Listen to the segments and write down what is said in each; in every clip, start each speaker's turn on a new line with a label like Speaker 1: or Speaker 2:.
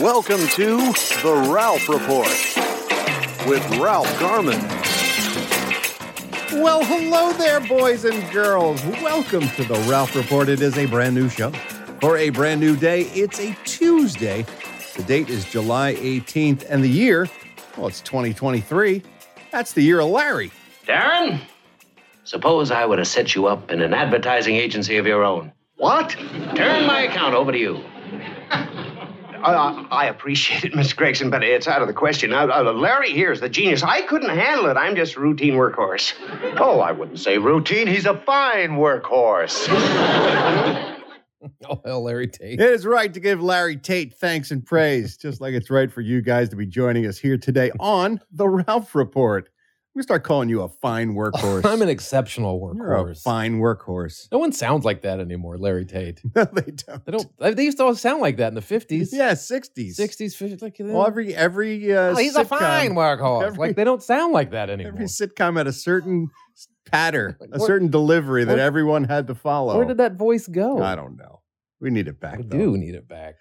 Speaker 1: Welcome to The Ralph Report with Ralph Garman.
Speaker 2: Well, hello there, boys and girls. Welcome to the Ralph Report. It is a brand new show for a brand new day. It's a Tuesday. The date is July 18th, and the year, well, it's 2023. That's the year of Larry.
Speaker 3: Darren, suppose I were to set you up in an advertising agency of your own.
Speaker 4: What?
Speaker 3: Turn my account over to you.
Speaker 4: I, I, I appreciate it, Miss Gregson, but it's out of the question. I, I, Larry here is the genius. I couldn't handle it. I'm just a routine workhorse.
Speaker 5: Oh, I wouldn't say routine. He's a fine workhorse.
Speaker 6: Oh, hell, Larry Tate.
Speaker 2: It is right to give Larry Tate thanks and praise, just like it's right for you guys to be joining us here today on the Ralph Report. We start calling you a fine workhorse.
Speaker 6: I'm an exceptional
Speaker 2: You're a
Speaker 6: workhorse.
Speaker 2: fine workhorse.
Speaker 6: No one sounds like that anymore, Larry Tate.
Speaker 2: No, they don't.
Speaker 6: They don't. They used to all sound like that in the 50s,
Speaker 2: Yeah, 60s.
Speaker 6: 60s, 50s. Like,
Speaker 2: Well, every every uh,
Speaker 6: oh, he's a
Speaker 2: sitcom,
Speaker 6: fine workhorse.
Speaker 2: Every-
Speaker 6: like they don't sound like that anymore.
Speaker 2: Every sitcom had a certain patter, a
Speaker 6: Where-
Speaker 2: certain delivery that
Speaker 6: where-
Speaker 2: everyone had to follow.
Speaker 6: Where did that voice go?
Speaker 2: I don't know. We need it back.
Speaker 6: We
Speaker 2: though.
Speaker 6: do need it back.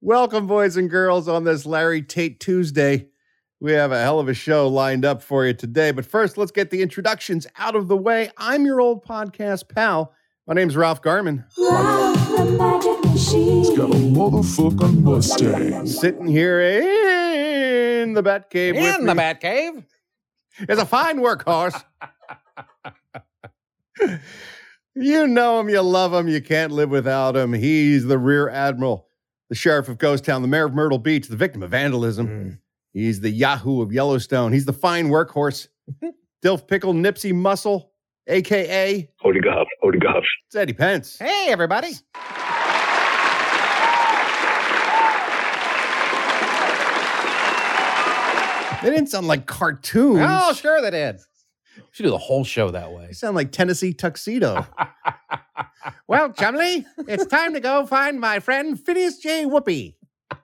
Speaker 2: Welcome, boys and girls, on this Larry Tate Tuesday. We have a hell of a show lined up for you today. But first, let's get the introductions out of the way. I'm your old podcast pal. My name's Ralph Garman.
Speaker 7: Ralph the Magic Machine.
Speaker 8: got a motherfucking Mustang.
Speaker 2: Sitting here in the Batcave. with
Speaker 6: In the
Speaker 2: me
Speaker 6: Batcave.
Speaker 2: is a fine workhorse. you know him, you love him, you can't live without him. He's the rear admiral, the sheriff of Ghost Town, the mayor of Myrtle Beach, the victim of vandalism.
Speaker 6: Hmm.
Speaker 2: He's the Yahoo of Yellowstone. He's the fine workhorse. Dilf Pickle Nipsey Muscle, aka
Speaker 9: Holy God, holy God.
Speaker 2: it's Eddie Pence.
Speaker 6: Hey, everybody.
Speaker 2: They didn't sound like cartoons.
Speaker 6: Oh, sure they did. We should do the whole show that way.
Speaker 2: They sound like Tennessee tuxedo. well, Chumley, it's time to go find my friend Phineas J. Whoopi.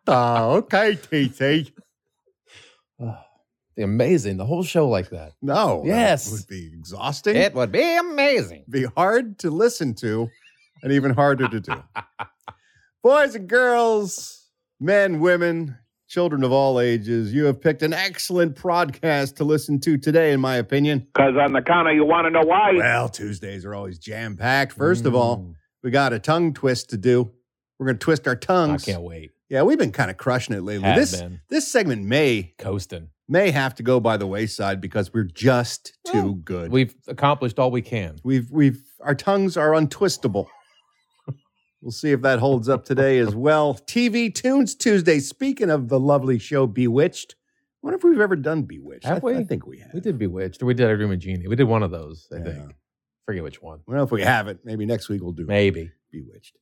Speaker 2: Oh, okay, TT.
Speaker 6: Be amazing. The whole show like that.
Speaker 2: No. that
Speaker 6: Yes.
Speaker 2: would be exhausting.
Speaker 6: would be amazing.
Speaker 2: be hard to listen to and even harder to do. Boys and girls, men, women, children of all ages, you have picked an excellent podcast to listen to today, in my opinion.
Speaker 9: Because on the counter, you want to know why?
Speaker 2: Well, Tuesdays are always jam packed. First of
Speaker 6: Mm.
Speaker 2: all, we got a tongue twist to do. We're going to twist our
Speaker 6: Mm, I
Speaker 2: tongues.
Speaker 6: can't wait.
Speaker 2: Yeah, we've been kind of crushing it lately.
Speaker 6: Have
Speaker 2: this
Speaker 6: been.
Speaker 2: this segment may
Speaker 6: Coasting.
Speaker 2: may have to go by the wayside because we're just too
Speaker 6: Well,
Speaker 2: good.
Speaker 6: We've accomplished all we can.
Speaker 2: We've we've our tongues are untwistable. We'll see if that holds up today as well. TV Tunes Tuesday. Speaking of the lovely show Bewitched, I wonder if we've ever done Bewitched. I,
Speaker 6: Have we?
Speaker 2: I think we have.
Speaker 6: We did Bewitched, or we did I Dream of Genie. We did one of those, I
Speaker 2: Yeah.
Speaker 6: think. Forget which one.
Speaker 2: Well, if we haven't, maybe next week we'll do
Speaker 6: Maybe.
Speaker 2: Bewitched.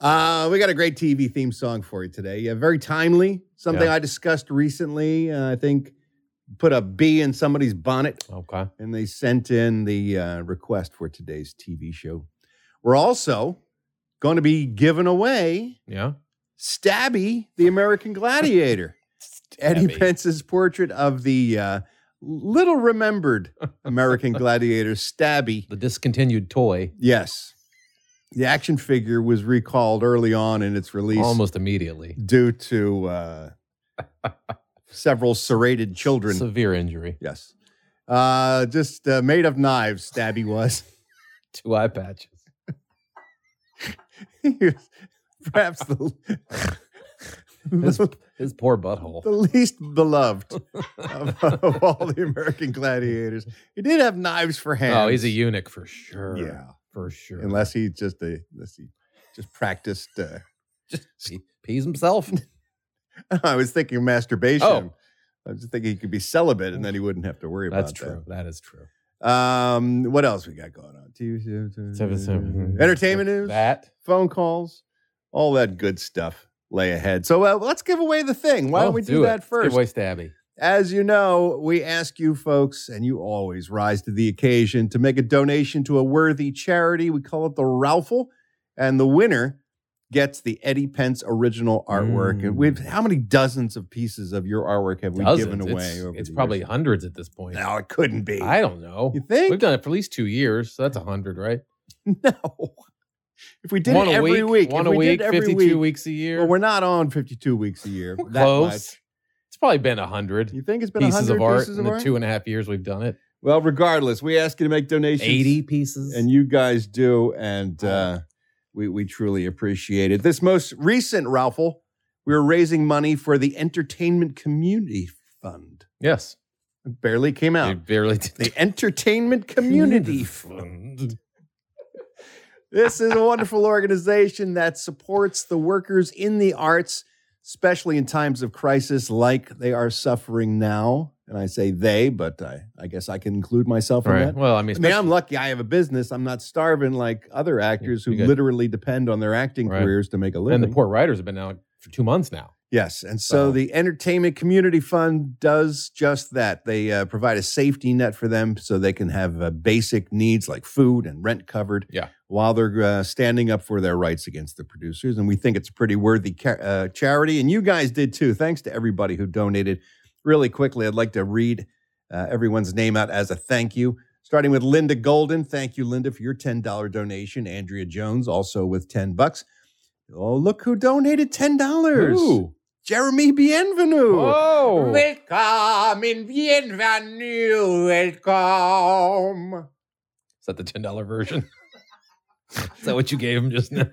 Speaker 2: Uh, we got a great TV theme song for you today. Yeah, very timely. Something
Speaker 6: Yeah.
Speaker 2: I discussed recently. Uh, I think put a bee in somebody's bonnet
Speaker 6: Okay.
Speaker 2: and they sent in the uh, request for today's TV show. We're also going to be giving away
Speaker 6: Yeah.
Speaker 2: Stabby, the American Gladiator, Eddie
Speaker 6: Stabby.
Speaker 2: Pence's portrait of the uh, little remembered American Gladiator, Stabby.
Speaker 6: The discontinued toy
Speaker 2: Yes, the action figure was recalled early on in its release
Speaker 6: almost immediately.
Speaker 2: due to uh, several serrated children.
Speaker 6: Severe injury.
Speaker 2: yes. Uh, just uh, made of knives, Stabby was.
Speaker 6: Two eye patches.
Speaker 2: He was perhaps the,
Speaker 6: His,
Speaker 2: the,
Speaker 6: his poor butthole.
Speaker 2: the least beloved of, of all the American gladiators. He did have knives for hands.
Speaker 6: Oh, he's a eunuch for sure.
Speaker 2: Yeah.
Speaker 6: For sure.
Speaker 2: Unless he just a, unless he just practiced. Uh,
Speaker 6: he pees himself.
Speaker 2: I was thinking masturbation.
Speaker 6: Oh.
Speaker 2: I was thinking he could be celibate and then he wouldn't have to worry
Speaker 6: That's
Speaker 2: about
Speaker 6: true. that is true.
Speaker 2: that. Um, what else we got going on? TV
Speaker 6: Seven, seven.
Speaker 2: Mm. entertainment news,
Speaker 6: That.
Speaker 2: phone calls, all that good stuff lay ahead. So uh, let's give away the thing. Why
Speaker 6: Oh,
Speaker 2: don't we do,
Speaker 6: it.
Speaker 2: that
Speaker 6: Let's give
Speaker 2: first?
Speaker 6: away Stabby.
Speaker 2: As you know, we ask you folks, and you always rise to the occasion, to make a donation to a worthy charity. We call it the Ralphal, and the winner gets the Eddie Pence original artwork.
Speaker 6: Mm.
Speaker 2: And we've how many dozens of pieces of your artwork have we
Speaker 6: Dozens.
Speaker 2: given away?
Speaker 6: It's,
Speaker 2: over
Speaker 6: it's
Speaker 2: the
Speaker 6: probably
Speaker 2: years?
Speaker 6: hundreds at this point.
Speaker 2: no, it couldn't be.
Speaker 6: I don't know.
Speaker 2: You think?
Speaker 6: We've done it for at least two years. So that's a hundred, right?
Speaker 2: no. If we did
Speaker 6: one
Speaker 2: it
Speaker 6: a
Speaker 2: every
Speaker 6: week,
Speaker 2: week,
Speaker 6: one
Speaker 2: if
Speaker 6: a
Speaker 2: we
Speaker 6: week,
Speaker 2: did every
Speaker 6: fifty-two
Speaker 2: week,
Speaker 6: weeks a year.
Speaker 2: Well, we're not on 52 weeks a year.
Speaker 6: We're
Speaker 2: that
Speaker 6: close.
Speaker 2: much.
Speaker 6: It's probably been a hundred
Speaker 2: You think it's been
Speaker 6: pieces
Speaker 2: 100
Speaker 6: of art
Speaker 2: pieces of
Speaker 6: in the
Speaker 2: art?
Speaker 6: two and a half years we've done it.
Speaker 2: Well, regardless, we ask you to make donations.
Speaker 6: Eighty pieces.
Speaker 2: and you guys do, and uh, we we truly appreciate it. This most recent raffle, we were raising money for the Entertainment Community Fund.
Speaker 6: yes,
Speaker 2: It barely came
Speaker 6: we
Speaker 2: out.
Speaker 6: barely did
Speaker 2: The Entertainment Community Fund. This is a wonderful organization that supports the workers in the arts, especially in times of crisis like they are suffering now. And I say they, but I, I guess I can include myself in
Speaker 6: Right.
Speaker 2: that.
Speaker 6: Well, I mean,
Speaker 2: I mean, I'm lucky I have a business. I'm not starving like other actors who
Speaker 6: you got-
Speaker 2: literally depend on their acting
Speaker 6: Right.
Speaker 2: careers to make a
Speaker 6: and
Speaker 2: living.
Speaker 6: the poor writers have been out for two months now.
Speaker 2: Yes. And so
Speaker 6: So-
Speaker 2: the Entertainment Community Fund does just that. They uh, provide a safety net for them so they can have uh, basic needs like food and rent covered
Speaker 6: Yeah.
Speaker 2: while they're uh, standing up for their rights against the producers. And we think it's a pretty worthy ca- uh, charity. And you guys did too. Thanks to everybody who donated. Really quickly, I'd like to read uh, everyone's name out as a thank you. Starting with Linda Golden. Thank you, Linda, for your $10 donation. Andrea Jones also with 10 bucks. Oh, look who donated $10.
Speaker 6: Ooh.
Speaker 2: Jeremy Bienvenu.
Speaker 6: Whoa.
Speaker 2: Welcome in Bienvenue. Welcome.
Speaker 6: Is that the ten dollar version? Is that what you gave him just now?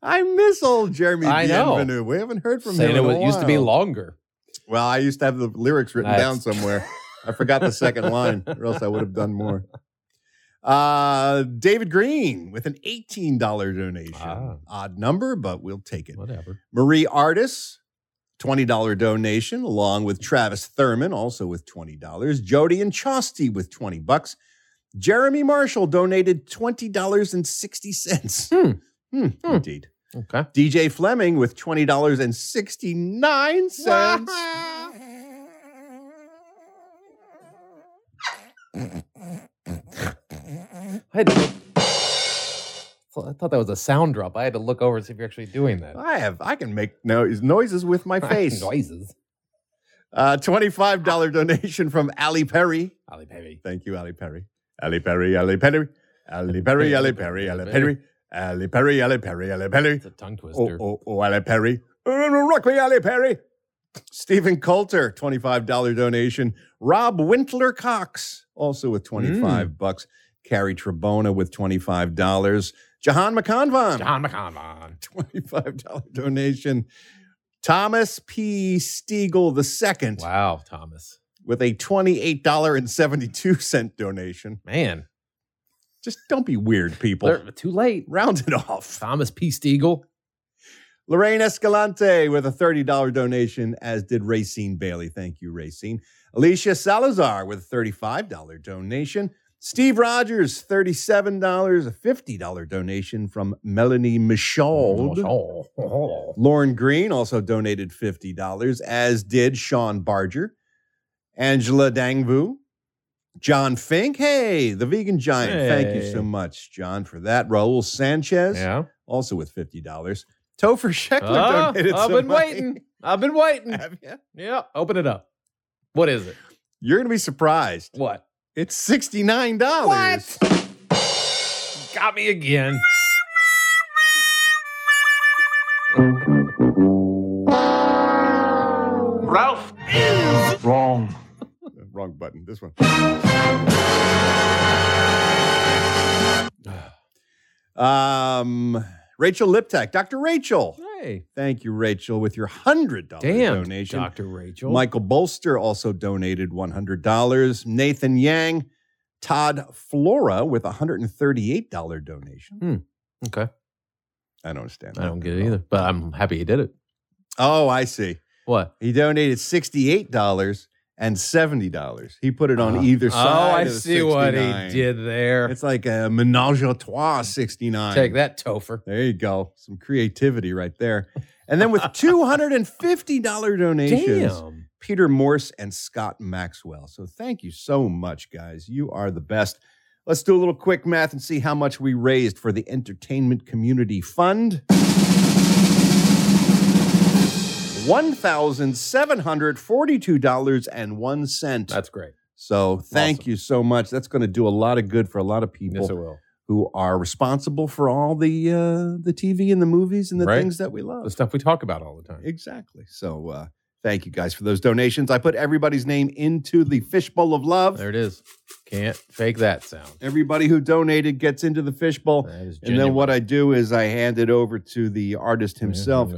Speaker 2: I miss old Jeremy
Speaker 6: I know.
Speaker 2: Bienvenu. We haven't heard from
Speaker 6: Saying
Speaker 2: him.
Speaker 6: it
Speaker 2: in a
Speaker 6: was- used to be
Speaker 2: while.
Speaker 6: longer.
Speaker 2: Well, I used to have the lyrics written
Speaker 6: That's-
Speaker 2: down somewhere. I forgot the second line, or else I would have done more. Uh, David Green with an $18 donation.
Speaker 6: Ah.
Speaker 2: Odd number, but we'll take it.
Speaker 6: Whatever.
Speaker 2: Marie Artis, $20 donation, along with Travis Thurman, also with $20. Jody and Chosty with 20 bucks. Jeremy Marshall donated $20.60.
Speaker 6: Hmm.
Speaker 2: Hmm,
Speaker 6: Hmm.
Speaker 2: Indeed.
Speaker 6: Okay.
Speaker 2: DJ Fleming with $20.69.
Speaker 6: I, had to look- I thought that was a sound drop. I had to look over and see if you're actually doing that.
Speaker 2: I have I can make noise, noises with my face.
Speaker 6: Noises.
Speaker 2: Uh, $25 donation from Ali Perry.
Speaker 6: Ali Perry.
Speaker 2: Thank you, Ali Perry. Ali Perry, Ali Perry, Ali Perry, Ali Perry, Ali Perry, Ali Perry, Ali Perry, Ali Perry.
Speaker 6: It's a tongue
Speaker 2: Oh,
Speaker 6: twister.
Speaker 2: oh, oh, Ali Perry. Rock me, Ali Perry. Stephen Coulter, $25 donation. Rob Wintler Cox, also with 25
Speaker 6: Mm.
Speaker 2: bucks. Carrie Trebona with $25. Jahan McConvon.
Speaker 6: John McConvon.
Speaker 2: $25 donation. Thomas P. Stiegel II
Speaker 6: Wow, Thomas.
Speaker 2: with a $28.72 donation.
Speaker 6: Man.
Speaker 2: Just don't be weird, people.
Speaker 6: They're too late.
Speaker 2: Round it off.
Speaker 6: Thomas P. Stiegel.
Speaker 2: Lorraine Escalante with a $30 donation, as did Racine Bailey. Thank you, Racine. Alicia Salazar with a $35 donation. Steve Rogers, $37, a $50 donation from Melanie Michaud.
Speaker 6: Oh.
Speaker 2: Lauren Green also donated $50, as did Sean Barger, Angela Dangvu, John Fink. Hey, the vegan giant. Thank you
Speaker 6: Hey.
Speaker 2: so much, John, for that. Raul Sanchez,
Speaker 6: Yeah.
Speaker 2: also with $50. Topher Sheckler
Speaker 6: Ah,
Speaker 2: donated
Speaker 6: I've
Speaker 2: some
Speaker 6: been
Speaker 2: money.
Speaker 6: waiting. I've been waiting.
Speaker 2: Have ya?
Speaker 6: Yeah. Open it up. What is it?
Speaker 2: You're going to be surprised.
Speaker 6: What?
Speaker 2: It's $69.
Speaker 6: Got me again.
Speaker 5: Ralph is wrong.
Speaker 2: Wrong button. This one. Um, Rachel Liptek, Dr. Rachel.
Speaker 6: Hey.
Speaker 2: Thank you, Rachel, with your hundred dollar
Speaker 6: Damn.
Speaker 2: donation.
Speaker 6: Dr. Rachel.
Speaker 2: Michael Bolster also donated one hundred dollars. Nathan Yang, Todd Flora with a hundred and thirty eight dollar donation.
Speaker 6: Okay.
Speaker 2: I don't understand.
Speaker 6: I
Speaker 2: that
Speaker 6: don't get
Speaker 2: at
Speaker 6: it
Speaker 2: all.
Speaker 6: either, but I'm happy he did it.
Speaker 2: Oh, I see.
Speaker 6: What?
Speaker 2: He donated sixty eight dollars and seventy dollars. He put it on
Speaker 6: Uh,
Speaker 2: either side.
Speaker 6: Oh, I
Speaker 2: of the
Speaker 6: see what he
Speaker 2: 69.
Speaker 6: did there.
Speaker 2: It's like a menage a trois sixty nine.
Speaker 6: Take that, Topher.
Speaker 2: There you go. Some creativity right there. And then with two hundred and fifty dollar donations.
Speaker 6: Damn.
Speaker 2: Peter Morse and Scott Maxwell. So thank you so much, guys. You are the best. Let's do a little quick math and see how much we raised for the Entertainment Community Fund. $1,742.01.
Speaker 6: That's great.
Speaker 2: So thank
Speaker 6: Awesome.
Speaker 2: you so much. That's going to do a lot of good for a lot of people
Speaker 6: Yes, it will.
Speaker 2: who are responsible for all the uh, the TV and the movies and the
Speaker 6: Right.
Speaker 2: things that we love.
Speaker 6: The stuff we talk about all the time.
Speaker 2: Exactly. So uh, thank you guys for those donations. I put everybody's name into the fishbowl of love.
Speaker 6: There it is. Can't fake that sound.
Speaker 2: Everybody who donated gets into the fishbowl.
Speaker 6: That is
Speaker 2: And then what I do is I hand it over to the artist himself.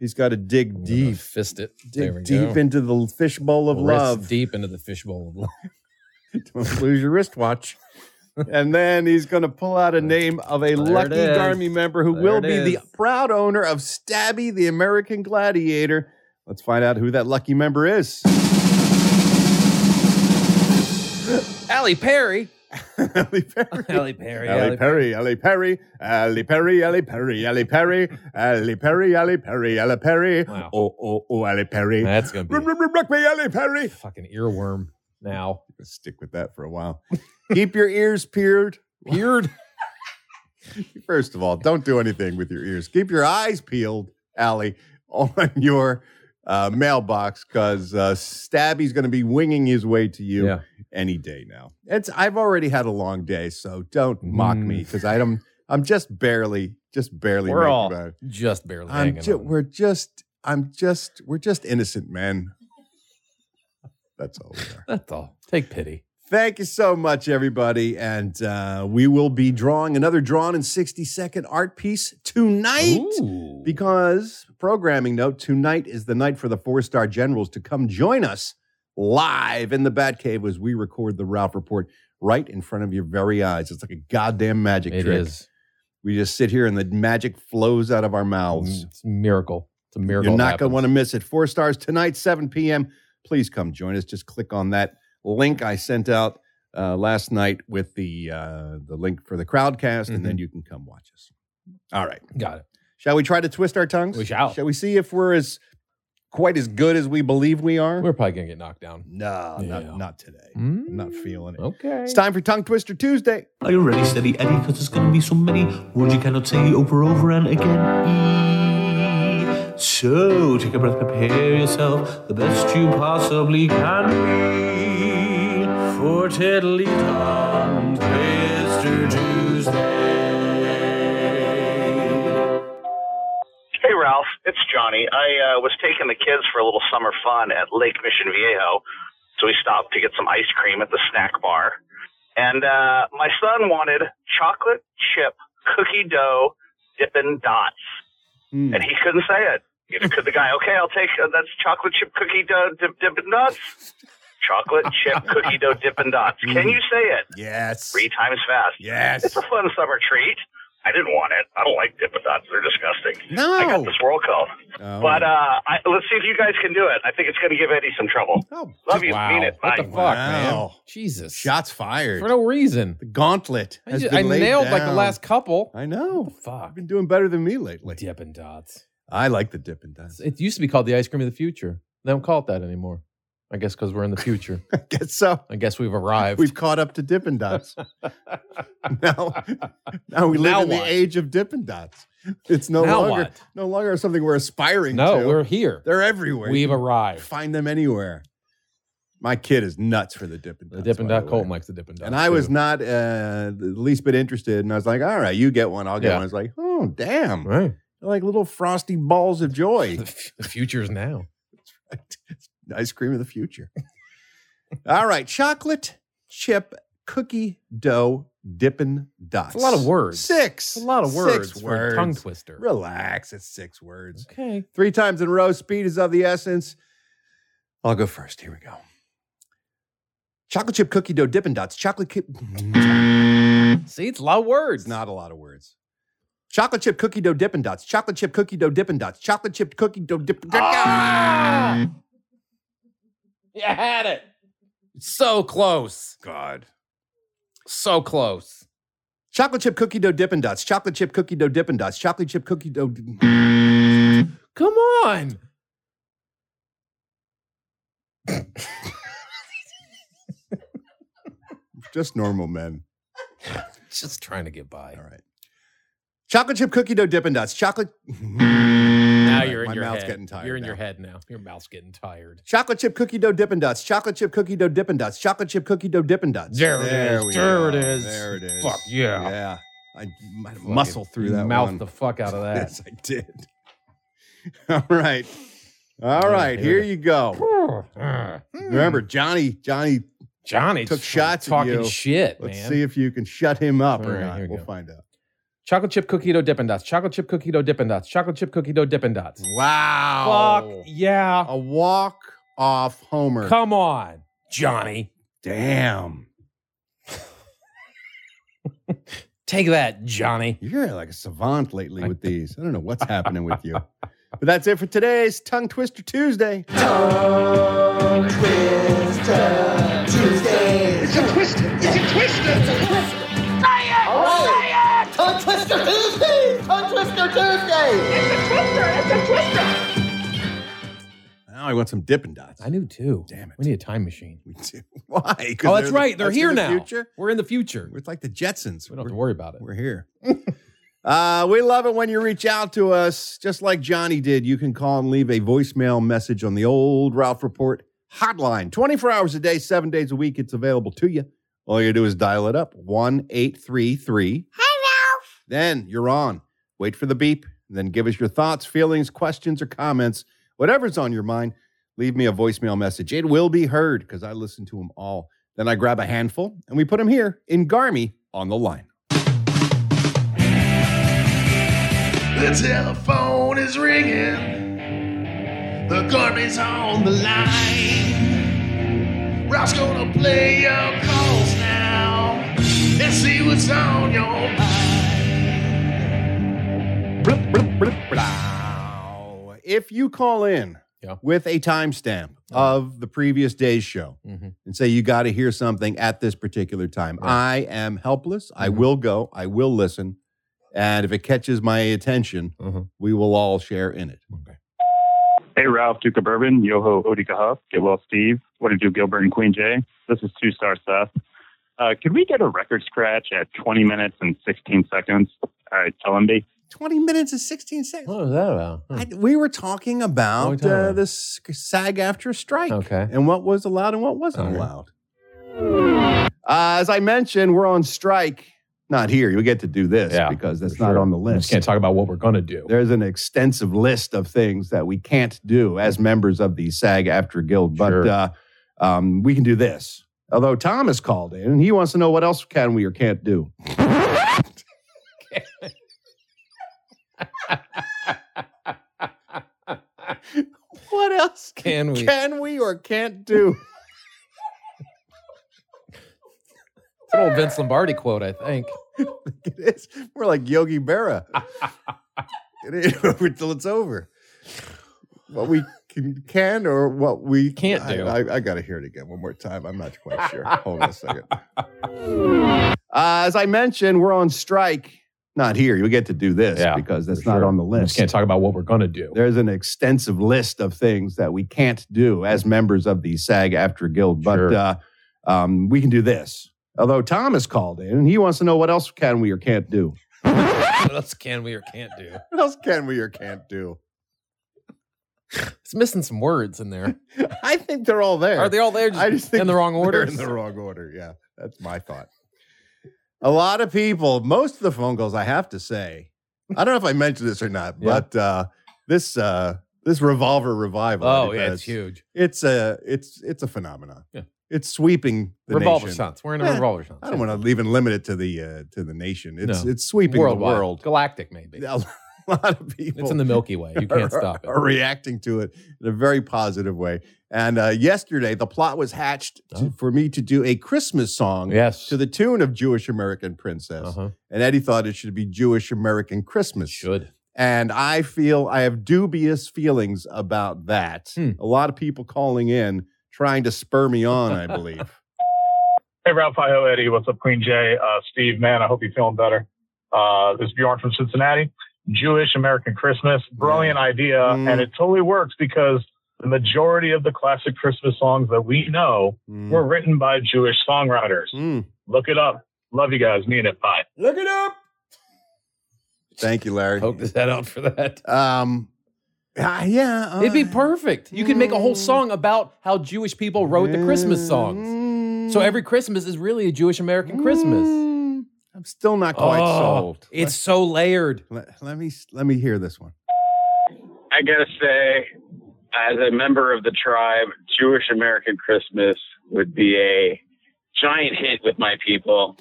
Speaker 2: He's got to dig
Speaker 6: Deep
Speaker 2: deep,
Speaker 6: fist it. There we
Speaker 2: dig deep
Speaker 6: go.
Speaker 2: into the fishbowl of
Speaker 6: Wrist
Speaker 2: love.
Speaker 6: Deep into the fishbowl of love.
Speaker 2: Don't lose your wristwatch. and then he's going to pull out a name of a
Speaker 6: There it
Speaker 2: lucky
Speaker 6: is.
Speaker 2: Garmy member who
Speaker 6: There
Speaker 2: will
Speaker 6: it
Speaker 2: be the
Speaker 6: is.
Speaker 2: proud owner of Stabby the American Gladiator. Let's find out who that lucky member is.
Speaker 6: Allie Perry.
Speaker 2: Ellie Perry.
Speaker 6: Allie Perry.
Speaker 2: Ellie Perry, Ellie Perry, Ellie Perry, Ellie Perry, Ellie Perry, Ellie Perry, Ellie Perry, Ellie Perry.
Speaker 6: Wow.
Speaker 2: Oh, oh, oh, Ellie Perry.
Speaker 6: That's gonna
Speaker 2: Rock,
Speaker 6: be
Speaker 2: rock, rock, rock me, Ellie
Speaker 6: a
Speaker 2: Perry.
Speaker 6: fucking earworm now.
Speaker 2: Stick with that for a while. Keep your ears peeled.
Speaker 6: Weird.
Speaker 2: First of all, don't do anything with your ears. Keep your eyes peeled, Allie, on your uh, mailbox because uh, Stabby's going to be winging his way to you
Speaker 6: Yeah.
Speaker 2: any day now. It's I've already had a long day, so don't mock
Speaker 6: Mm.
Speaker 2: me because I'm I'm just barely, just barely.
Speaker 6: We're
Speaker 2: making
Speaker 6: all
Speaker 2: it.
Speaker 6: just barely
Speaker 2: I'm
Speaker 6: hanging
Speaker 2: ju-
Speaker 6: on.
Speaker 2: we're just, I'm just, we're just innocent men. That's all we are.
Speaker 6: That's all. Take pity.
Speaker 2: Thank you so much, everybody. And uh, we will be drawing another drawn in 60 second art piece tonight
Speaker 6: Ooh.
Speaker 2: because, programming note, tonight is the night for the four star generals to come join us live in the Batcave as we record the Ralph Report right in front of your very eyes. It's like a goddamn magic
Speaker 6: It
Speaker 2: trick.
Speaker 6: is.
Speaker 2: We just sit here and the magic flows out of our mouths.
Speaker 6: It's a miracle. It's a miracle.
Speaker 2: You're not going to want to miss it. Four stars tonight, 7 p.m. Please come join us. Just click on that link I sent out uh, last night with the uh, the link for the crowdcast, and
Speaker 6: Mm-hmm.
Speaker 2: then you can come watch us. All right.
Speaker 6: to. Got it.
Speaker 2: Shall we try to twist our tongues?
Speaker 6: We shall.
Speaker 2: Shall we see if we're as quite as good as we believe we are?
Speaker 6: We're probably gonna get knocked down.
Speaker 2: no,
Speaker 6: Yeah. Mm.
Speaker 2: not, not today. I'm not feeling it.
Speaker 6: Okay.
Speaker 2: It's time for Tongue Twister Tuesday.
Speaker 10: Are you ready, steady Eddie? Because there's going to be so many words you cannot say over, over, and again. So take a breath, prepare yourself the best you possibly can be for Tiddly Tom Twister Tuesday.
Speaker 9: Hey, Ralph. It's Johnny. I uh, was taking the kids for a little summer fun at Lake Mission Viejo. So we stopped to get some ice cream at the snack bar. And uh, my son wanted chocolate chip cookie dough dipping dots.
Speaker 2: Hmm.
Speaker 9: And he couldn't say it. You know, could the guy, okay, I'll take uh, that's chocolate chip cookie dough dip, dipping dots. Chocolate chip cookie dough dipping dots. Can you say it?
Speaker 2: Yes.
Speaker 9: Three times fast.
Speaker 2: Yes.
Speaker 9: It's a fun summer treat. I didn't want it. I don't like dipping dots. They're disgusting. I got
Speaker 2: No.
Speaker 9: the swirl cone.
Speaker 2: Oh.
Speaker 9: But uh, I, let's see if you guys can do it. I think it's going to give Eddie some trouble.
Speaker 2: Oh,
Speaker 9: Love you.
Speaker 6: Wow.
Speaker 9: Mean it.
Speaker 6: What the
Speaker 9: Bye.
Speaker 6: fuck, man?
Speaker 2: Wow.
Speaker 6: Jesus.
Speaker 2: Shots fired.
Speaker 6: For no reason.
Speaker 2: The gauntlet.
Speaker 6: I,
Speaker 2: has
Speaker 6: just,
Speaker 2: been
Speaker 6: I
Speaker 2: laid
Speaker 6: nailed like the
Speaker 2: down.
Speaker 6: last couple. Oh,
Speaker 2: I know. I've
Speaker 6: Fuck.
Speaker 2: been doing better than me lately.
Speaker 6: Dippin' Dots.
Speaker 2: I like the Dippin' Dots.
Speaker 6: It used to be called the ice cream of the future. They don't call it that anymore. I guess because we're in the future.
Speaker 2: I guess so.
Speaker 6: I guess we've arrived.
Speaker 2: We've caught up to Dippin' Dots. now, now we live
Speaker 6: Now
Speaker 2: in
Speaker 6: what?
Speaker 2: the age of Dippin' Dots. It's no
Speaker 6: Now
Speaker 2: longer
Speaker 6: what?
Speaker 2: no longer something we're aspiring
Speaker 6: no,
Speaker 2: to.
Speaker 6: we're here.
Speaker 2: They're everywhere.
Speaker 6: We've
Speaker 2: you can
Speaker 6: arrived.
Speaker 2: find them anywhere. My kid is nuts for the Dippin'
Speaker 6: The
Speaker 2: Dots.
Speaker 6: Dippin'
Speaker 2: by the
Speaker 6: Dot
Speaker 2: way.
Speaker 6: Colton likes the Dippin' Dots.
Speaker 2: And I was
Speaker 6: too.
Speaker 2: not uh, the least bit interested. And I was like, all right, you get one, I'll get
Speaker 6: Yeah.
Speaker 2: one. I was like, oh, damn. They're
Speaker 6: Right.
Speaker 2: like little frosty balls of joy.
Speaker 6: The, f- the future's now.
Speaker 2: ice cream of the future. All right, chocolate chip cookie dough dippin' dots.
Speaker 6: It's a lot of words.
Speaker 2: Six.
Speaker 6: It's a lot of words.
Speaker 2: Six
Speaker 6: for a tongue
Speaker 2: words.
Speaker 6: twister.
Speaker 2: Relax. It's six words.
Speaker 6: Okay.
Speaker 2: Three times in a row. Speed is of the essence. I'll go first. Here we go. Chocolate chip cookie dough dippin' dots. Chocolate chip.
Speaker 6: See, it's a lot of words.
Speaker 2: It's not a lot of words. Chocolate chip cookie dough dippin' dots. Chocolate chip cookie dough dippin' dots. Chocolate chip cookie dough dippin' dots.
Speaker 6: Ah! You had it. So close.
Speaker 2: God.
Speaker 6: So close.
Speaker 2: Chocolate chip cookie dough dippin' dots. Chocolate chip cookie dough dippin' dots. Chocolate chip cookie dough.
Speaker 6: Come on.
Speaker 2: Just normal men.
Speaker 6: Just trying to get by.
Speaker 2: All right. Chocolate chip cookie dough dipping dots. Chocolate. Mm.
Speaker 6: Now you're in
Speaker 2: My
Speaker 6: your
Speaker 2: mouth's
Speaker 6: head.
Speaker 2: getting tired
Speaker 6: You're in
Speaker 2: now.
Speaker 6: your head now. Your mouth's getting tired.
Speaker 2: Chocolate chip cookie dough dippin' dots. Chocolate chip cookie dough dippin' dots. Chocolate chip cookie dough dippin' dots.
Speaker 6: There it is.
Speaker 2: we
Speaker 6: There it
Speaker 2: go.
Speaker 6: is.
Speaker 2: There it is.
Speaker 6: Fuck yeah.
Speaker 2: Yeah. I might have
Speaker 6: Fucking
Speaker 2: muscle through that
Speaker 6: Mouth
Speaker 2: one.
Speaker 6: the fuck out of that.
Speaker 2: Yes, I did. All right. All right.
Speaker 6: here
Speaker 2: Here
Speaker 6: it
Speaker 2: you go. Remember, Johnny, Johnny,
Speaker 6: Johnny
Speaker 2: Took shots at
Speaker 6: talking
Speaker 2: you.
Speaker 6: shit,
Speaker 2: let's
Speaker 6: man.
Speaker 2: see if you can shut him up
Speaker 6: All
Speaker 2: or
Speaker 6: right,
Speaker 2: not.
Speaker 6: here we
Speaker 2: We'll
Speaker 6: go.
Speaker 2: find out.
Speaker 6: Chocolate chip cookie dough dippin' dots. Chocolate chip cookie dough dippin' dots. Chocolate chip cookie dough dippin' dots.
Speaker 2: Wow.
Speaker 6: Fuck yeah.
Speaker 2: A walk off homer.
Speaker 6: Come on, Johnny.
Speaker 2: Damn.
Speaker 6: Take that, Johnny.
Speaker 2: You're like a savant lately with these. I don't know what's happening with you. But that's it for today's Tongue Twister Tuesday. Now I want some Dippin' Dots.
Speaker 6: I knew too.
Speaker 2: Damn it.
Speaker 6: We need a time machine.
Speaker 2: We do. Why? 'Cause
Speaker 6: Oh, that's
Speaker 2: the-
Speaker 6: right. They're
Speaker 2: that's
Speaker 6: here
Speaker 2: in the
Speaker 6: now.
Speaker 2: Future.
Speaker 6: We're in the future.
Speaker 2: We're like the Jetsons.
Speaker 6: We don't have to
Speaker 2: We're-
Speaker 6: worry about it.
Speaker 2: We're here. uh, we love it when you reach out to us, just like Johnny did. You can call and leave a voicemail message on the old Ralph Report hotline. 24 hours a day, seven days a week. It's available to you. All you do is dial it up 1 833. Hi, Ralph. Then you're on. Wait for the beep. and Then give us your thoughts, feelings, questions, or comments, whatever's on your mind. Leave me a voicemail message. It will be heard because I listen to them all. Then I grab a handful and we put them here in Garmy on the line.
Speaker 10: The telephone is ringing. The garbage on the line. Ralph's gonna play your calls now and see what's on your mind.
Speaker 2: Blow. If you call in
Speaker 6: Yeah.
Speaker 2: with a timestamp of the previous day's show
Speaker 6: Mhm.
Speaker 2: and say you got to hear something at this particular time,
Speaker 6: Yeah.
Speaker 2: I am helpless. I
Speaker 6: Mhm.
Speaker 2: will go. I will listen. And if it catches my attention,
Speaker 6: Mhm.
Speaker 2: we will all share in it.
Speaker 11: Hey, Ralph, Duke of Bourbon, Yoho, Odika Huff, Get Well, Steve. What did you, Gilbert and Queen Jay? This is Two Star Seth. Uh, could we get a record scratch at 20 minutes and 16 seconds? All right, LMB.
Speaker 2: 20 minutes and 16 seconds.
Speaker 6: What was that about? Hmm.
Speaker 2: I, we were talking
Speaker 6: What are we
Speaker 2: about
Speaker 6: talking
Speaker 2: uh,
Speaker 6: about?
Speaker 2: this SAG after strike.
Speaker 6: Okay.
Speaker 2: And what was allowed and what wasn't
Speaker 6: Okay.
Speaker 2: allowed. Uh, as I mentioned, we're on strike. Not here. You get to do this
Speaker 6: Yeah,
Speaker 2: because that's
Speaker 6: for
Speaker 2: not
Speaker 6: sure.
Speaker 2: on the
Speaker 6: We just
Speaker 2: list.
Speaker 6: can't talk about what we're gonna do.
Speaker 2: There's an extensive list of things that we can't do as members of the SAG after Guild, but
Speaker 6: Mm-hmm. Sure.
Speaker 2: uh, um, we can do this. Although Tom has called in and he wants to know what else can we or can't do. What else
Speaker 6: Can we?
Speaker 2: can we or can't do?
Speaker 6: It's an old Vince Lombardi quote, I think.
Speaker 2: It is. We're like Yogi Berra. it is over till it's over. What we can, can or what we
Speaker 6: Can't
Speaker 2: I-
Speaker 6: do.
Speaker 2: I, I got to hear it again one more time. I'm not quite sure. Hold on a second. Uh, as I mentioned, we're on strike. Not here. You get to do this
Speaker 6: Yeah,
Speaker 2: because that's
Speaker 6: for
Speaker 2: not
Speaker 6: sure.
Speaker 2: on the
Speaker 6: We just
Speaker 2: list.
Speaker 6: can't talk about what we're gonna do.
Speaker 2: There's an extensive list of things that we can't do as members of the SAG after Guild, but
Speaker 6: Sure.
Speaker 2: uh, um, we can do this. Although Tom has called in and he wants to know what else can we or can't do.
Speaker 6: what else can we or can't do?
Speaker 2: What else can we or can't do?
Speaker 6: It's missing some words in there.
Speaker 2: I think they're all there.
Speaker 6: Are they all there? Just
Speaker 2: I just think
Speaker 6: in the wrong
Speaker 2: they're
Speaker 6: order.
Speaker 2: In the wrong order. Yeah, that's my thought. A lot of people, most of the phone calls, I have to say, I don't know if I mentioned this or not,
Speaker 6: Yeah.
Speaker 2: but uh, this uh, this revolver revival. that
Speaker 6: Oh
Speaker 2: it
Speaker 6: yeah,
Speaker 2: does,
Speaker 6: it's huge.
Speaker 2: It's a it's it's a phenomenon.
Speaker 6: Yeah.
Speaker 2: It's sweeping the
Speaker 6: revolver
Speaker 2: nation.
Speaker 6: shots. We're in a
Speaker 2: Yeah,
Speaker 6: revolver shots.
Speaker 2: I don't want to even limit it to the uh, to the nation. It's
Speaker 6: No.
Speaker 2: it's sweeping
Speaker 6: Worldwide.
Speaker 2: the world.
Speaker 6: Galactic, maybe.
Speaker 2: A lot of people.
Speaker 6: It's in the Milky Way. You can't
Speaker 2: are-
Speaker 6: stop it.
Speaker 2: Are reacting to it in a very positive way. And uh, yesterday, the plot was hatched to,
Speaker 6: Oh.
Speaker 2: for me to do a Christmas song
Speaker 6: Yes.
Speaker 2: to the tune of Jewish American Princess.
Speaker 6: uh-huh.
Speaker 2: And Eddie thought it should be Jewish American Christmas.
Speaker 6: Should.
Speaker 2: And I feel I have dubious feelings about that.
Speaker 6: Hmm.
Speaker 2: A lot of people calling in trying to spur me on, I believe.
Speaker 11: Hey, Ralph, hi, hello, Eddie. What's up, Queen Jay? Uh, Steve, man, I hope you're feeling better. Uh, this is Bjorn from Cincinnati. Jewish American Christmas, brilliant idea,
Speaker 2: Mm.
Speaker 11: and it totally works because
Speaker 12: the majority of the classic Christmas songs that we know
Speaker 2: Hmm.
Speaker 11: Mm.
Speaker 12: were written by Jewish songwriters. Look it up. Love you guys. Mean it. Bye.
Speaker 13: Look it up.
Speaker 2: Thank you, Larry.
Speaker 6: Poked his head out for that.
Speaker 2: Um, yeah, uh,
Speaker 6: it'd be perfect. You could make a whole song about how Jewish people wrote the Christmas songs. So every Christmas is really a Jewish American Christmas.
Speaker 2: I'm still not quite
Speaker 6: Oh,
Speaker 2: sold.
Speaker 6: It's so layered.
Speaker 2: Let, let me let me hear this one.
Speaker 14: I gotta say, as a member of the tribe, Jewish American Christmas would be a giant hit with my people.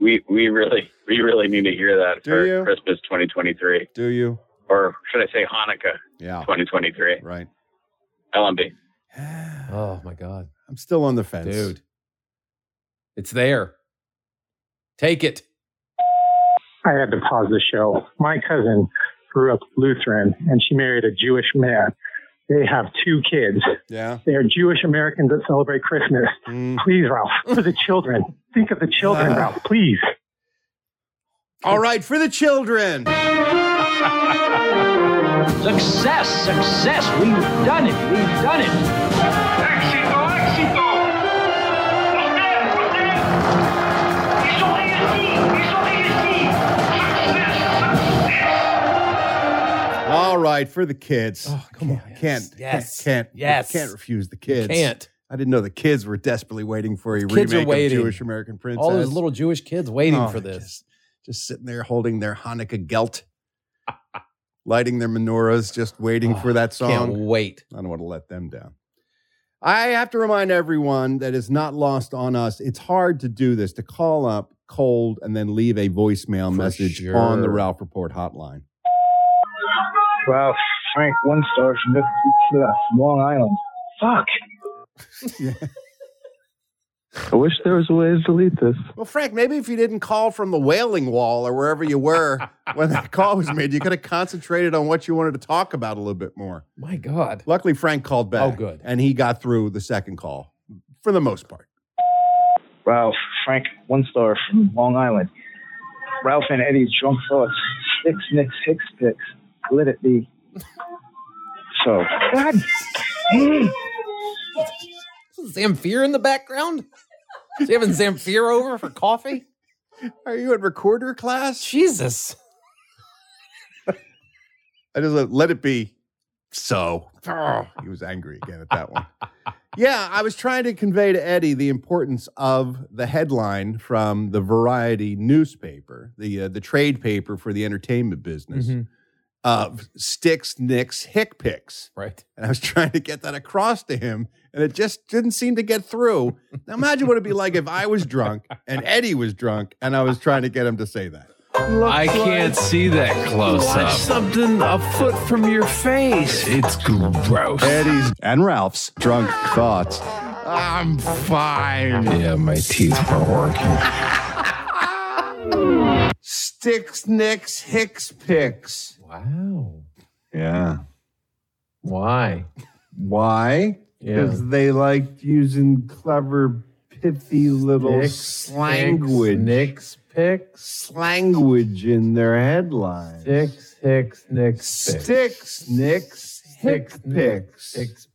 Speaker 14: we we really we really need to hear that
Speaker 2: Do
Speaker 14: for
Speaker 2: you?
Speaker 14: Christmas 2023,
Speaker 2: Do you?
Speaker 14: or should I say Hanukkah
Speaker 2: Yeah.
Speaker 14: 2023?
Speaker 2: Right.
Speaker 14: LMB.
Speaker 6: Oh my God,
Speaker 2: I'm still on the fence.
Speaker 6: dude, it's there. Take it.
Speaker 15: I had to pause the show. My cousin grew up Lutheran and she married a Jewish man. They have two kids.
Speaker 2: Yeah.
Speaker 15: They are Jewish Americans that celebrate Christmas. Please, Ralph, for the children. Think of the children, Ralph, please.
Speaker 2: All right, for the children.
Speaker 16: Success, success. We've done it. We've done it.
Speaker 2: All right, for the kids. Oh, come on. Can't,
Speaker 6: Yes.
Speaker 2: can't,
Speaker 6: Yes.
Speaker 2: can't refuse the kids.
Speaker 6: can't.
Speaker 2: I didn't know the kids were desperately waiting for a
Speaker 6: Kids
Speaker 2: remake
Speaker 6: are waiting.
Speaker 2: of Jewish American Princess.
Speaker 6: All those little Jewish kids waiting
Speaker 2: Oh,
Speaker 6: for this.
Speaker 2: just sitting there holding their Hanukkah gelt, lighting their menorahs, just waiting for that song.
Speaker 6: Oh, can't wait.
Speaker 2: I don't want to let them down. I have to remind everyone that it's not lost on us. It's hard to do this to call up cold and then leave a voicemail message on the
Speaker 17: sure.
Speaker 2: Ralph Report hotline.
Speaker 17: Wow, Frank One Star from Mid- uh, Long Island. Fuck.
Speaker 18: I wish there was a way to delete this.
Speaker 2: Well, Frank, maybe if you didn't call from the Wailing Wall or wherever you were when that call was made, you could have concentrated on what you wanted to talk about a little bit more.
Speaker 6: My God.
Speaker 2: Luckily, Frank called back.
Speaker 6: Oh, good.
Speaker 2: And he got through the second call for the most part.
Speaker 17: Ralph, Frank One Star from Long Island. Ralph and Eddie's drunk thoughts. Six nicks, six picks. Let it be. So. God. Mm.
Speaker 6: Zamfir in the background? Is he having Zamfir over for coffee?
Speaker 2: Are you at recorder class?
Speaker 6: Jesus.
Speaker 2: I just let, let it be. So Oh, he was angry again at that one. yeah, I was trying to convey to Eddie the importance of the headline from the Variety newspaper, the uh, the trade paper for the entertainment business of Sticks Nicks Hick Picks.
Speaker 6: Right.
Speaker 2: And I was trying to get that across to him, and it just didn't seem to get through. Now imagine what it'd be like if I was drunk and Eddie was drunk, and I was trying to get him to say that.
Speaker 19: I can't see that close
Speaker 2: Watch
Speaker 19: up. something a foot from your face. It's gross.
Speaker 2: Eddie's and Ralph's drunk thoughts.
Speaker 19: I'm fine. Yeah, my teeth were working.
Speaker 2: Sticks Nicks Hicks Picks.
Speaker 6: Wow.
Speaker 2: Yeah.
Speaker 6: Why?
Speaker 2: Why? Because they liked using clever, pithy little
Speaker 20: Sticks,
Speaker 2: language.
Speaker 6: Nicks picks.
Speaker 20: Language in their headlines.
Speaker 6: Sticks, hicks, nicks,
Speaker 20: Sticks, nicks, hick picks.
Speaker 6: Sticks,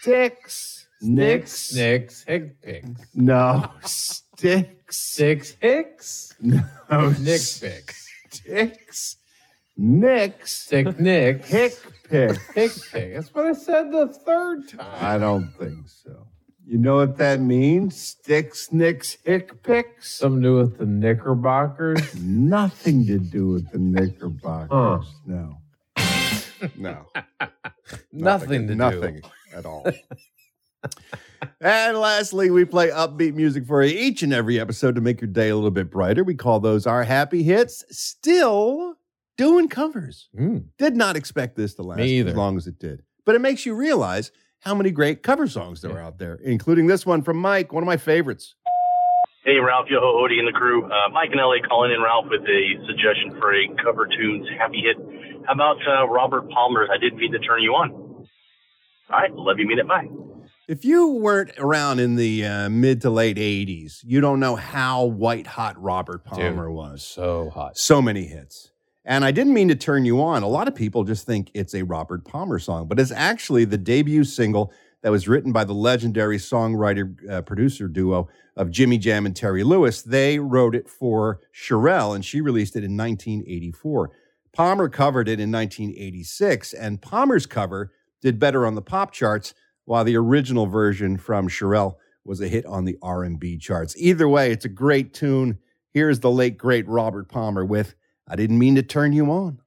Speaker 20: Sticks, nicks.
Speaker 6: Nicks, hick picks.
Speaker 20: No, sticks. Oh,
Speaker 6: Six hicks.
Speaker 20: No,
Speaker 6: Nick picks.
Speaker 20: Sticks, nicks.
Speaker 6: Stick nicks.
Speaker 20: Hick picks.
Speaker 6: Hick picks. That's what I said the third time.
Speaker 20: I don't think so. You know what that means? Sticks, nicks, hick picks.
Speaker 6: Something to do with the Knickerbockers.
Speaker 20: Nothing to do with the Knickerbockers.
Speaker 6: Huh.
Speaker 20: No.
Speaker 2: No.
Speaker 6: Nothing to do.
Speaker 2: Nothing at all. and lastly, we play upbeat music for you each and every episode to make your day a little bit brighter. We call those our happy hits. Still doing covers. Did not expect this to last
Speaker 6: Mm. Me either.
Speaker 2: as long as it did. But it makes you realize how many great cover songs there are out there, including this one from Mike, one of my favorites.
Speaker 9: Hey, Ralph, Yoho, Odie, and the crew. Uh, Mike and LA calling in Ralph with a suggestion for a cover tunes happy hit. How about uh, Robert Palmer's I Didn't Mean to Turn You On? All right, love you, mean it, bye.
Speaker 2: If you weren't around in the uh, mid to late 80s, you don't know how white hot Robert Palmer was.
Speaker 6: So hot.
Speaker 2: So many hits. And I didn't mean to turn you on. A lot of people just think it's a Robert Palmer song, but it's actually the debut single that was written by the legendary songwriter uh, producer duo of Jimmy Jam and Terry Lewis. They wrote it for Sherelle, and she released it in 1984. Palmer covered it in 1986, and Palmer's cover did better on the pop charts, while the original version from Sherelle was a hit on the R&B charts. Either way, it's a great tune. Here's the late great Robert Palmer with "I Didn't Mean to Turn You On."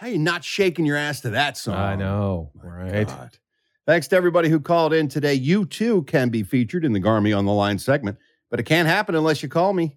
Speaker 2: How you not shaking your ass to that song?
Speaker 6: I know, right?
Speaker 2: Thanks to everybody who called in today. You too can be featured in the Garmy on the Line segment, but it can't happen unless you call me.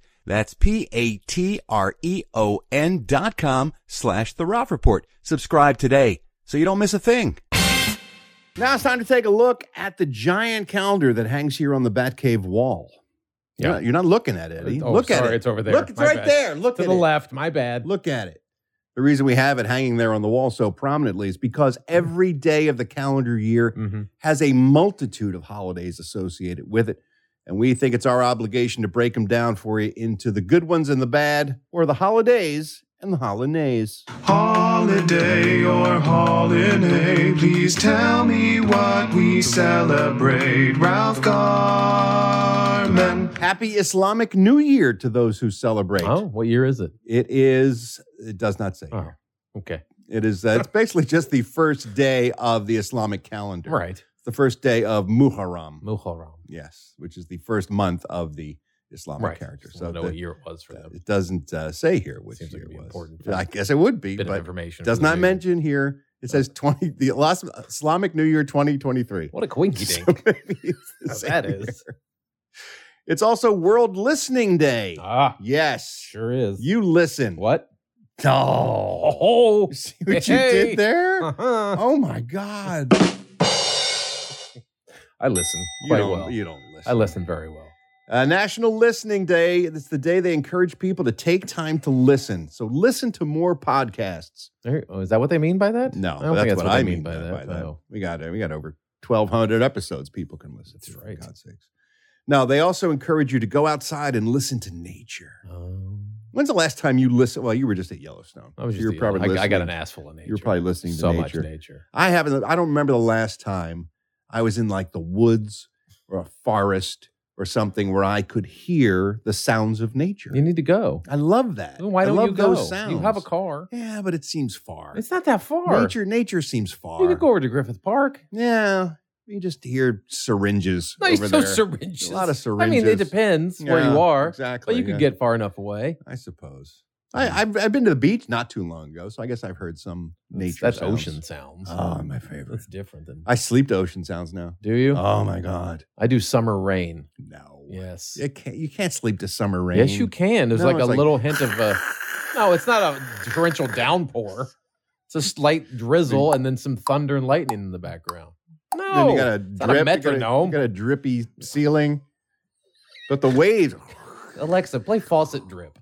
Speaker 21: That's P-A-T-R-E-O-N E dot com slash The Ralph Report. Subscribe today so you don't miss a thing.
Speaker 2: Now it's time to take a look at the giant calendar that hangs here on the Batcave wall. You're,
Speaker 6: Yeah.
Speaker 2: not, you're not looking at it. Eddie.
Speaker 6: Oh,
Speaker 2: look at
Speaker 6: sorry,
Speaker 2: it.
Speaker 6: it's over there.
Speaker 2: Look, it's
Speaker 6: My
Speaker 2: right
Speaker 6: bad.
Speaker 2: there. Look
Speaker 6: To
Speaker 2: at
Speaker 6: the
Speaker 2: it.
Speaker 6: left. My bad.
Speaker 2: Look at it. The reason we have it hanging there on the wall so prominently is because
Speaker 6: Hmm.
Speaker 2: every day of the calendar year
Speaker 6: Mm-hmm.
Speaker 2: has a multitude of holidays associated with it. And we think it's our obligation to break them down for you into the good ones and the bad, or the holidays and the holinays.
Speaker 8: Holiday or holiday, please tell me what we celebrate. Ralph Garman.
Speaker 2: Happy Islamic New Year to those who celebrate.
Speaker 6: Oh, what year is it? Oh,
Speaker 2: It is, it does not say. here.
Speaker 6: Okay.
Speaker 2: It is, uh, it's basically just the first day of the Islamic calendar.
Speaker 6: Right.
Speaker 2: The first day of Muharram.
Speaker 6: Muharram.
Speaker 2: Yes, which is the first month of the Islamic
Speaker 6: Right.
Speaker 2: character.
Speaker 6: So I know
Speaker 2: the-
Speaker 6: what year it was for them.
Speaker 2: it doesn't uh, say here which
Speaker 6: Seems like
Speaker 2: year
Speaker 6: it'd be
Speaker 2: it was.
Speaker 6: important.
Speaker 2: I guess it would be,
Speaker 6: Bit of
Speaker 2: but
Speaker 6: information
Speaker 2: does
Speaker 6: for the
Speaker 2: not
Speaker 6: reader.
Speaker 2: mention here. It says twenty the last Islamic New Year twenty twenty three.
Speaker 6: What a coinky
Speaker 2: So
Speaker 6: dink.
Speaker 2: maybe it's the
Speaker 6: Now
Speaker 2: same
Speaker 6: Oh, that is.
Speaker 2: year. It's also World Listening Day.
Speaker 6: Ah,
Speaker 2: yes,
Speaker 6: sure is.
Speaker 2: you listen.
Speaker 6: What?
Speaker 2: Oh,
Speaker 6: Oh,
Speaker 2: you see what you
Speaker 6: hey.
Speaker 2: did there?
Speaker 6: Uh-huh.
Speaker 2: Oh my God!
Speaker 6: I listen
Speaker 2: You
Speaker 6: quite
Speaker 2: don't-
Speaker 6: well.
Speaker 2: you don't listen.
Speaker 6: I listen very well.
Speaker 2: Uh, National Listening Day. It's the day they encourage people to take time to listen. So listen to more podcasts.
Speaker 6: There- oh, Is that what they mean by that?
Speaker 2: No,
Speaker 6: I don't
Speaker 2: that's,
Speaker 6: think that's
Speaker 2: what,
Speaker 6: they
Speaker 2: I mean by that.
Speaker 6: no.
Speaker 2: We got we got over twelve hundred episodes people can listen. That's
Speaker 6: right.
Speaker 2: For God's sakes. Now they also encourage you to go outside and listen to nature. When's the last time you listened? Well, you were just at Yellowstone.
Speaker 6: Oh, I was
Speaker 2: So
Speaker 6: just
Speaker 2: you're
Speaker 6: the-
Speaker 2: probably
Speaker 6: I, I got
Speaker 2: listening-
Speaker 6: an ass full of nature.
Speaker 2: You're probably listening to
Speaker 6: so
Speaker 2: nature.
Speaker 6: much nature.
Speaker 2: I haven't. I don't remember the last time I was in like the woods or a forest or something where I could hear the sounds of nature.
Speaker 6: You need to go.
Speaker 2: I love that.
Speaker 6: Then Why
Speaker 2: I
Speaker 6: don't
Speaker 2: love
Speaker 6: you go?
Speaker 2: Those sounds.
Speaker 6: You have a car.
Speaker 2: Yeah, but it seems far.
Speaker 6: It's not that far.
Speaker 2: Nature, nature seems far.
Speaker 6: You could go over to Griffith Park.
Speaker 2: Yeah, You just hear syringes
Speaker 6: No, you
Speaker 2: over
Speaker 6: still
Speaker 2: there.
Speaker 6: syringes.
Speaker 2: A lot of
Speaker 6: I
Speaker 2: syringes.
Speaker 6: mean, it depends where
Speaker 2: Yeah,
Speaker 6: you are.
Speaker 2: exactly,
Speaker 6: But you can
Speaker 2: yeah.
Speaker 6: get far enough away.
Speaker 2: I suppose. I, I've, I've been to the beach not too long ago, so I guess I've heard some nature.
Speaker 6: that's
Speaker 2: sounds.
Speaker 6: ocean sounds.
Speaker 2: Oh, my favorite.
Speaker 6: That's different than.
Speaker 2: I sleep to ocean sounds now.
Speaker 6: Do you?
Speaker 2: Oh my god,
Speaker 6: I do summer rain.
Speaker 2: No.
Speaker 6: Yes.
Speaker 2: It can't, you can't sleep to summer rain.
Speaker 6: Yes, you can. There's
Speaker 2: No,
Speaker 6: like a
Speaker 2: it's
Speaker 6: little hint of a. No, it's not a torrential downpour. It's a slight drizzle and then some thunder and lightning in the background. No,
Speaker 2: Then you got a
Speaker 6: it's
Speaker 2: drip.
Speaker 6: not
Speaker 2: you
Speaker 6: a
Speaker 2: got a-
Speaker 6: metronome.
Speaker 2: You got a drippy ceiling, but the waves.
Speaker 6: Alexa, play faucet drip.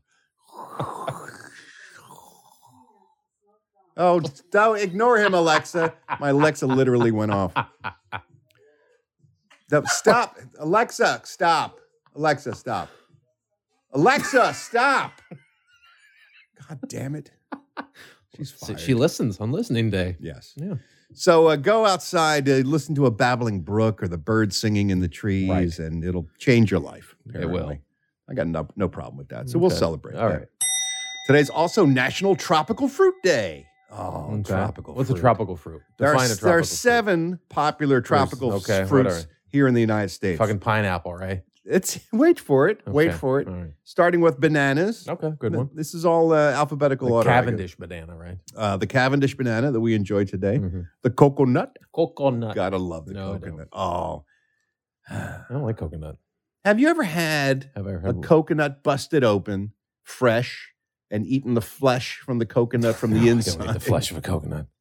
Speaker 2: Oh, don't ignore him, Alexa. My Alexa literally went off. No, stop, Alexa, stop. Alexa, stop. Alexa, stop. God damn it. She's
Speaker 6: So She listens on listening day.
Speaker 2: Yes.
Speaker 6: Yeah.
Speaker 2: So uh, go outside, uh, listen to a babbling brook or the birds singing in the trees, and it'll change your life.
Speaker 6: will.
Speaker 2: apparently. I got no, no problem with that. So we'll
Speaker 6: Okay.
Speaker 2: celebrate.
Speaker 6: All
Speaker 2: that.
Speaker 6: right.
Speaker 2: Today's also National Tropical Fruit Day. Oh,
Speaker 6: Okay.
Speaker 2: tropical
Speaker 6: What's
Speaker 2: fruit.
Speaker 6: a tropical fruit?
Speaker 2: There are,
Speaker 6: Define a
Speaker 2: there are
Speaker 6: tropical fruit.
Speaker 2: seven popular tropical
Speaker 6: okay,
Speaker 2: s-
Speaker 6: right,
Speaker 2: fruits
Speaker 6: all right.
Speaker 2: here in the United States.
Speaker 6: Fucking pineapple, right?
Speaker 2: It's wait for it, wait
Speaker 6: Okay,
Speaker 2: for it.
Speaker 6: all right.
Speaker 2: Starting with bananas.
Speaker 6: Okay, good one.
Speaker 2: This is all uh, alphabetical
Speaker 6: The
Speaker 2: order. I guess.
Speaker 6: Cavendish banana, right? Mm-hmm.
Speaker 2: Uh, the Cavendish banana that we enjoy today. The coconut.
Speaker 6: Coconut.
Speaker 2: Gotta love the
Speaker 6: No, I don't.
Speaker 2: coconut. Oh,
Speaker 6: I don't like coconut.
Speaker 2: have you ever had
Speaker 6: Have I ever
Speaker 2: a
Speaker 6: had
Speaker 2: coconut busted open, fresh, and eaten the flesh from the coconut from the
Speaker 6: I
Speaker 2: inside?
Speaker 6: don't eat the flesh of a coconut?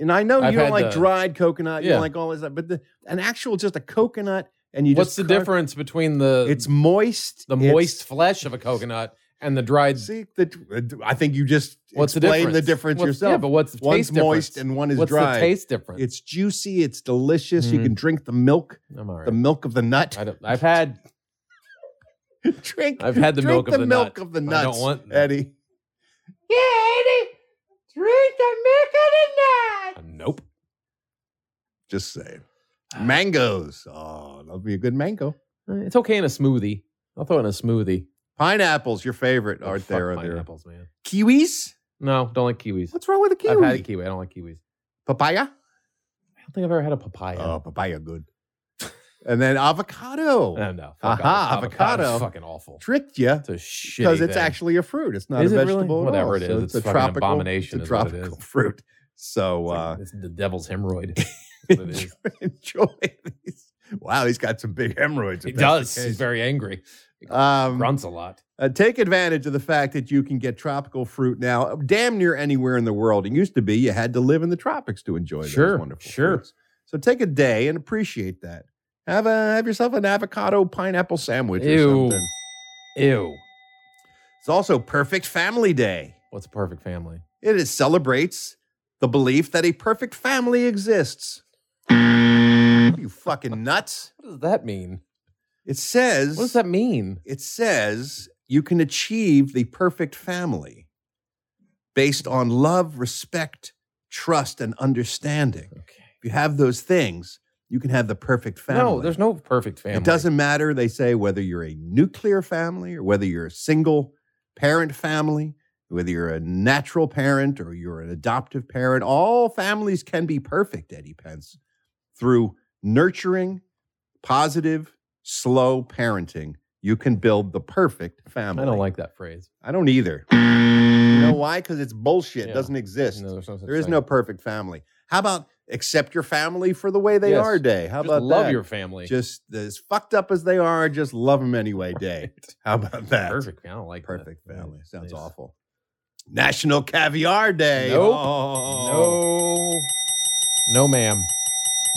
Speaker 2: And I know
Speaker 6: I've
Speaker 2: you don't
Speaker 6: had
Speaker 2: like
Speaker 6: the-
Speaker 2: dried coconut. You
Speaker 6: Yeah.
Speaker 2: don't like all this, but the, an actual just a coconut, and you
Speaker 6: What's
Speaker 2: just
Speaker 6: the
Speaker 2: carve-
Speaker 6: difference between the
Speaker 2: It's moist.
Speaker 6: the
Speaker 2: it's-
Speaker 6: moist flesh of a coconut and the dried?
Speaker 2: See, the, I think you just
Speaker 6: What's the
Speaker 2: explained
Speaker 6: difference?
Speaker 2: the difference
Speaker 6: What's-
Speaker 2: yourself.
Speaker 6: yeah, but what's the
Speaker 2: One's
Speaker 6: taste
Speaker 2: moist
Speaker 6: difference?
Speaker 2: and one is
Speaker 6: What's the
Speaker 2: dry.
Speaker 6: taste difference?
Speaker 2: It's juicy. It's delicious. You
Speaker 6: Mm.
Speaker 2: can drink the milk,
Speaker 6: I'm all right.
Speaker 2: the milk of the nut.
Speaker 6: I don't, I've had
Speaker 2: drink.
Speaker 6: I've had the
Speaker 2: drink
Speaker 6: milk of the nut.
Speaker 2: milk of the
Speaker 6: I don't
Speaker 2: nuts.
Speaker 6: want that.
Speaker 2: Eddie.
Speaker 16: Yeah, Eddie, drink the milk of the night.
Speaker 6: nope.
Speaker 2: Just saying.
Speaker 6: Ah.
Speaker 2: Mangoes. Oh, that'll be a good mango.
Speaker 6: Uh, It's okay in a smoothie. I'll throw it in a smoothie.
Speaker 2: Pineapples, your favorite,
Speaker 6: Oh,
Speaker 2: aren't
Speaker 6: fuck
Speaker 2: there? Are there?
Speaker 6: pineapples, man.
Speaker 2: Kiwis.
Speaker 6: No, don't like kiwis.
Speaker 2: What's wrong with a kiwi?
Speaker 6: I've had a kiwi. I don't like kiwis.
Speaker 2: Papaya.
Speaker 6: I don't think I've ever had a papaya.
Speaker 2: Oh, papaya, good. and then avocado.
Speaker 6: no, Uh, no. fuck
Speaker 2: Aha,
Speaker 6: avo- avocado's
Speaker 2: avocado.
Speaker 6: Fucking awful.
Speaker 2: Tricked you.
Speaker 6: It's a shitty
Speaker 2: because it's
Speaker 6: thing.
Speaker 2: actually a fruit. It's not
Speaker 6: Is
Speaker 2: a
Speaker 6: it really?
Speaker 2: vegetable. at
Speaker 6: Whatever
Speaker 2: all.
Speaker 6: it is,
Speaker 2: So
Speaker 6: it's fucking abomination
Speaker 2: It's a
Speaker 6: is what it
Speaker 2: tropical
Speaker 6: is.
Speaker 2: fruit. So uh,
Speaker 6: It's the devil's hemorrhoid. That's what it is.
Speaker 2: enjoy these. Wow, he's got some big hemorrhoids. if
Speaker 6: He
Speaker 2: that's
Speaker 6: does.
Speaker 2: the
Speaker 6: He's
Speaker 2: case.
Speaker 6: very angry.
Speaker 2: Um,
Speaker 6: Grunts a lot.
Speaker 2: uh, take advantage of the fact that you can get tropical fruit now, uh, damn near anywhere in the world. It used to be you had to live in the tropics to enjoy
Speaker 6: Sure,
Speaker 2: those wonderful
Speaker 6: sure.
Speaker 2: fruits. So take a day and appreciate that. Have a have yourself an avocado pineapple sandwich or
Speaker 6: Ew.
Speaker 2: something.
Speaker 6: Ew.
Speaker 2: It's also perfect family day.
Speaker 6: What's a perfect family?
Speaker 2: It is, celebrates the belief that a perfect family exists. you fucking nuts.
Speaker 6: What does that mean?
Speaker 2: It says
Speaker 6: What does that mean?
Speaker 2: it says you can achieve the perfect family based on love, respect, trust, and understanding.
Speaker 6: Okay.
Speaker 2: If you have those things, you can have the perfect family.
Speaker 6: No, there's no perfect family.
Speaker 2: It doesn't matter, they say, whether you're a nuclear family or whether you're a single parent family, whether you're a natural parent or you're an adoptive parent. All families can be perfect, Eddie Pence, through nurturing, positive, slow parenting. You can build the perfect family.
Speaker 6: I don't like that phrase.
Speaker 2: I don't either. You know why? Because it's bullshit. It
Speaker 6: Yeah.
Speaker 2: doesn't exist.
Speaker 6: No, there's no such
Speaker 2: there is
Speaker 6: thing.
Speaker 2: no perfect family. How about accept your family for the way they
Speaker 6: Yes.
Speaker 2: are day? How
Speaker 6: Just
Speaker 2: about
Speaker 6: love
Speaker 2: that?
Speaker 6: your family.
Speaker 2: just as fucked up as they are, just love them anyway. Day. How about that?
Speaker 6: perfect. I don't like that.
Speaker 2: Perfect family. Sounds
Speaker 6: Nice.
Speaker 2: awful. National Caviar Day.
Speaker 6: Nope.
Speaker 2: Oh.
Speaker 6: No. No, ma'am.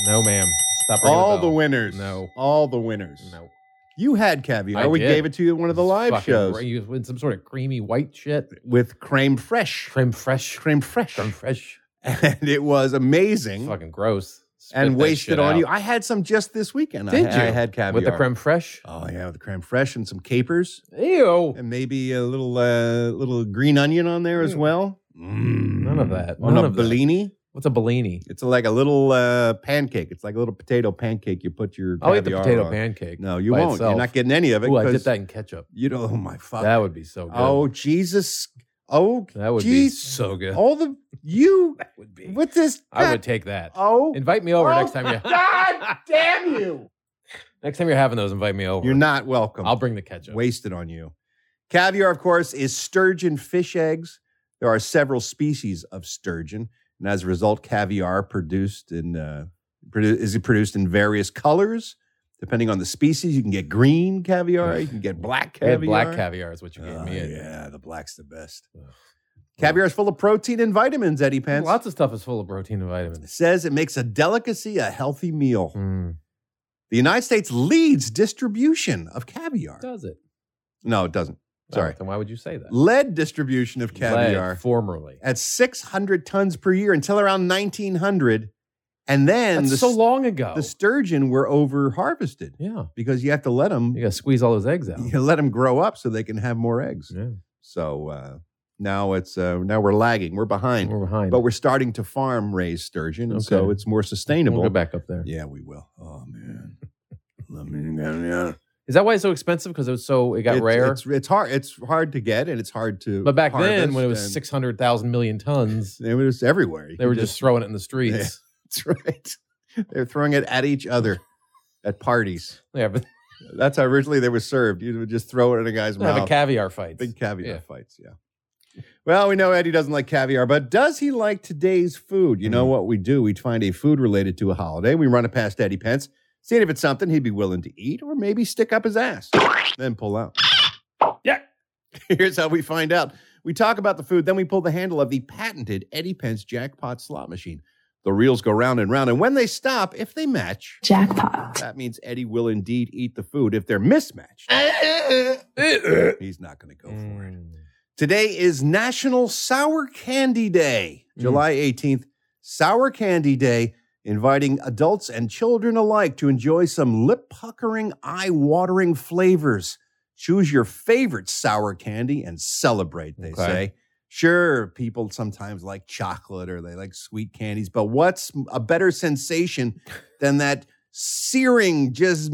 Speaker 6: No, ma'am. Stop ringing
Speaker 2: All
Speaker 6: the,
Speaker 2: the
Speaker 6: bell.
Speaker 2: winners.
Speaker 6: No.
Speaker 2: All the winners.
Speaker 6: No.
Speaker 2: You had caviar.
Speaker 6: I
Speaker 2: we
Speaker 6: did.
Speaker 2: gave it to you at one of the live
Speaker 6: Fucking
Speaker 2: shows
Speaker 6: ra- You win some sort of creamy white shit.
Speaker 2: with creme fresh.
Speaker 6: Creme fresh.
Speaker 2: Creme fresh.
Speaker 6: Creme fresh.
Speaker 2: And it was amazing
Speaker 6: Fucking gross. Spit
Speaker 2: and
Speaker 6: that
Speaker 2: wasted
Speaker 6: shit
Speaker 2: on
Speaker 6: out.
Speaker 2: you. I had some just this weekend. I-
Speaker 6: Did
Speaker 2: I,
Speaker 6: you?
Speaker 2: had caviar.
Speaker 6: With the creme fresh?
Speaker 2: Oh, yeah, with the creme fresh and some capers.
Speaker 6: Ew.
Speaker 2: and maybe a little uh, little green onion on there as
Speaker 6: Mm.
Speaker 2: well.
Speaker 6: None of that.
Speaker 2: On
Speaker 6: None
Speaker 2: a
Speaker 6: of that.
Speaker 2: bellini,
Speaker 6: What's a Bellini?
Speaker 2: it's like a little uh, pancake. It's like a little potato pancake. You put your
Speaker 6: I'll eat Oh, the
Speaker 2: caviar
Speaker 6: potato
Speaker 2: on.
Speaker 6: pancake.
Speaker 2: No, you
Speaker 6: by
Speaker 2: won't.
Speaker 6: itself.
Speaker 2: You're not getting any of it.
Speaker 6: Ooh, I dip
Speaker 2: 'cause
Speaker 6: that in ketchup.
Speaker 2: You don't. Oh my fuck.
Speaker 6: That would be so good.
Speaker 2: oh Jesus. Oh
Speaker 6: that would be
Speaker 2: geez.
Speaker 6: so good.
Speaker 2: All the You would be with this.
Speaker 6: I would take that.
Speaker 2: Oh,
Speaker 6: invite me over next time you
Speaker 2: God damn you!
Speaker 6: next time you're having those. Invite me over.
Speaker 2: You're not welcome.
Speaker 6: I'll bring the ketchup.
Speaker 2: Wasted on you. Caviar, of course, is sturgeon fish eggs. There are several species of sturgeon, and as a result, caviar produced in uh, produ- is produced in various colors depending on the species. You can get green caviar. You can get black
Speaker 6: We
Speaker 2: caviar.
Speaker 6: had black caviar is what you gave
Speaker 2: Oh,
Speaker 6: me.
Speaker 2: yeah, the black's the best. Caviar is full of protein and vitamins. Eddie Pence
Speaker 6: Lots of stuff is full of Mm. protein and vitamins.
Speaker 2: says it makes a delicacy a healthy meal.
Speaker 6: Hmm.
Speaker 2: The United States leads distribution of caviar.
Speaker 6: Does it?
Speaker 2: No, it doesn't. Sorry.
Speaker 6: Oh, then why would you say that?
Speaker 2: Led distribution of caviar
Speaker 6: Lead, formerly.
Speaker 2: at 600 tons per year until around 1900. And then
Speaker 6: That's
Speaker 2: the
Speaker 6: so
Speaker 2: s-
Speaker 6: long ago.
Speaker 2: the sturgeon were over harvested
Speaker 6: yeah.
Speaker 2: because you have to let them
Speaker 6: You got to squeeze all those eggs out.
Speaker 2: you let them grow up so they can have more eggs.
Speaker 6: Yeah.
Speaker 2: So uh, now it's uh, now we're lagging, we're behind,
Speaker 6: We're behind.
Speaker 2: but we're starting to farm raised sturgeon, and so
Speaker 6: Okay.
Speaker 2: it's more sustainable.
Speaker 6: We'll go back up there.
Speaker 2: Yeah, we will. Oh man, let
Speaker 6: Is that why it's so expensive? Because it was so it got
Speaker 2: it's,
Speaker 6: rare.
Speaker 2: It's, it's hard. It's hard to get, and it's hard to.
Speaker 6: but back then,
Speaker 2: harvest,
Speaker 6: when it was
Speaker 2: and
Speaker 6: six hundred thousand million tons,
Speaker 2: it was everywhere. You
Speaker 6: they were
Speaker 2: could
Speaker 6: just, throwing it in the streets.
Speaker 2: Yeah, that's right. They're throwing it at each other at parties.
Speaker 6: Yeah, but
Speaker 2: That's how originally they were served. You would just throw it in a guy's mouth.
Speaker 6: have a caviar fight.
Speaker 2: Big caviar
Speaker 6: Yeah.
Speaker 2: fights, yeah. Well, we know Eddie doesn't like caviar, but does he like today's food? You
Speaker 6: Mm-hmm.
Speaker 2: know what we do? We find a food related to a holiday. We run it past Eddie Pence, seeing if it's something he'd be willing to eat or maybe stick up his ass, then pull out. Yeah. Here's how we find out. We talk about the food, then we pull the handle of the patented Eddie Pence jackpot slot machine. The reels go round and round, and when they stop, if they match, jackpot. That means Eddie will indeed eat the food. If they're mismatched, he's not going to go
Speaker 6: Mm.
Speaker 2: for it. Today is National Sour Candy Day, July 18th. Sour Candy Day, inviting adults and children alike to enjoy some lip puckering, eye watering flavors. Choose your favorite sour candy and celebrate, they
Speaker 6: Okay.
Speaker 2: say. Sure, people sometimes like chocolate or they like sweet candies, but what's a better sensation than that searing, just,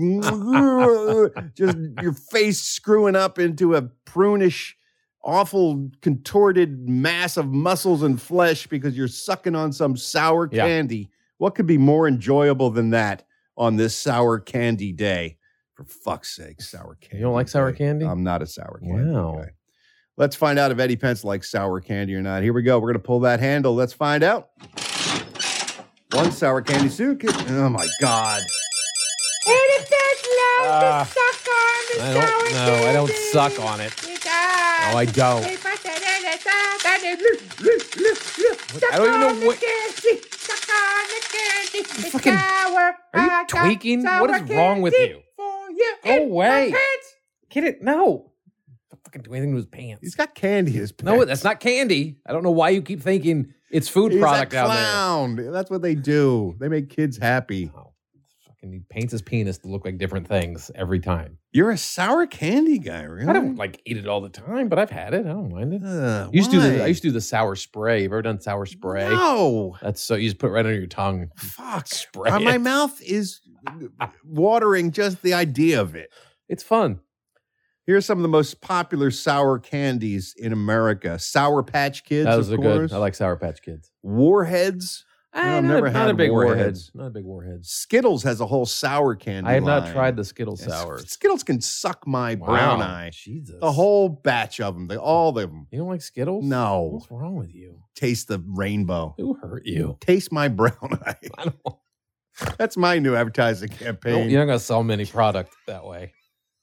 Speaker 2: just your face screwing up into a prunish, awful, contorted mass of muscles and flesh because you're sucking on some sour
Speaker 6: Yeah.
Speaker 2: candy? What could be more enjoyable than that on this sour candy day? For fuck's sake, sour candy.
Speaker 6: You don't like sour
Speaker 2: day.
Speaker 6: candy?
Speaker 2: I'm not a sour candy.
Speaker 6: wow.
Speaker 2: guy. Let's find out if Eddie Pence likes sour candy or not. Here we go. We're going to pull that handle. Let's find out. One sour candy suit. Oh my God.
Speaker 6: Ah, I don't know. I don't suck on it. No, I don't. I don't even know what. Fucking, are you tweaking? What is wrong with you? Go away. Get it? No. Don't fucking do anything to his pants.
Speaker 2: He's got candy in his pants.
Speaker 6: No, that's not candy. I don't know why you keep thinking it's food
Speaker 2: He's a
Speaker 6: product out there.
Speaker 2: clown. That's what they do. They make kids happy.
Speaker 6: Fucking he paints his penis to look like different things every time.
Speaker 2: You're a sour candy guy, really?
Speaker 6: I don't like eat it all the time, but I've had it. I don't mind it.
Speaker 2: Uh,
Speaker 6: I Mm. used to do the,
Speaker 2: why?
Speaker 6: I used to do the sour spray. You've ever done sour spray?
Speaker 2: No.
Speaker 6: That's so you just put it right under your tongue.
Speaker 2: Fuck.
Speaker 6: Spray.
Speaker 2: Uh, my
Speaker 6: it.
Speaker 2: mouth is watering just the idea of it.
Speaker 6: It's fun.
Speaker 2: Here's some of the most popular sour candies in America. Sour Patch Kids,
Speaker 6: Those
Speaker 2: of
Speaker 6: are
Speaker 2: course.
Speaker 6: good. I like Sour Patch Kids.
Speaker 2: Warheads. No,
Speaker 6: Ah,
Speaker 2: I've
Speaker 6: not a-
Speaker 2: never
Speaker 6: not
Speaker 2: had
Speaker 6: a big warhead.
Speaker 2: warheads.
Speaker 6: Not a big warhead.
Speaker 2: Skittles has a whole sour candy.
Speaker 6: I have not
Speaker 2: line.
Speaker 6: tried the Skittle
Speaker 2: Yes,
Speaker 6: Sour.
Speaker 2: Skittles can suck my brown
Speaker 6: Wow.
Speaker 2: eye.
Speaker 6: Jesus.
Speaker 2: The whole batch of them, all of them.
Speaker 6: You don't like Skittles?
Speaker 2: No,
Speaker 6: What's wrong with you?
Speaker 2: taste the rainbow.
Speaker 6: Who hurt you?
Speaker 2: Taste my brown eye.
Speaker 6: I don't,
Speaker 2: That's my new advertising
Speaker 6: don't-
Speaker 2: campaign.
Speaker 6: you're not going to sell many product that way.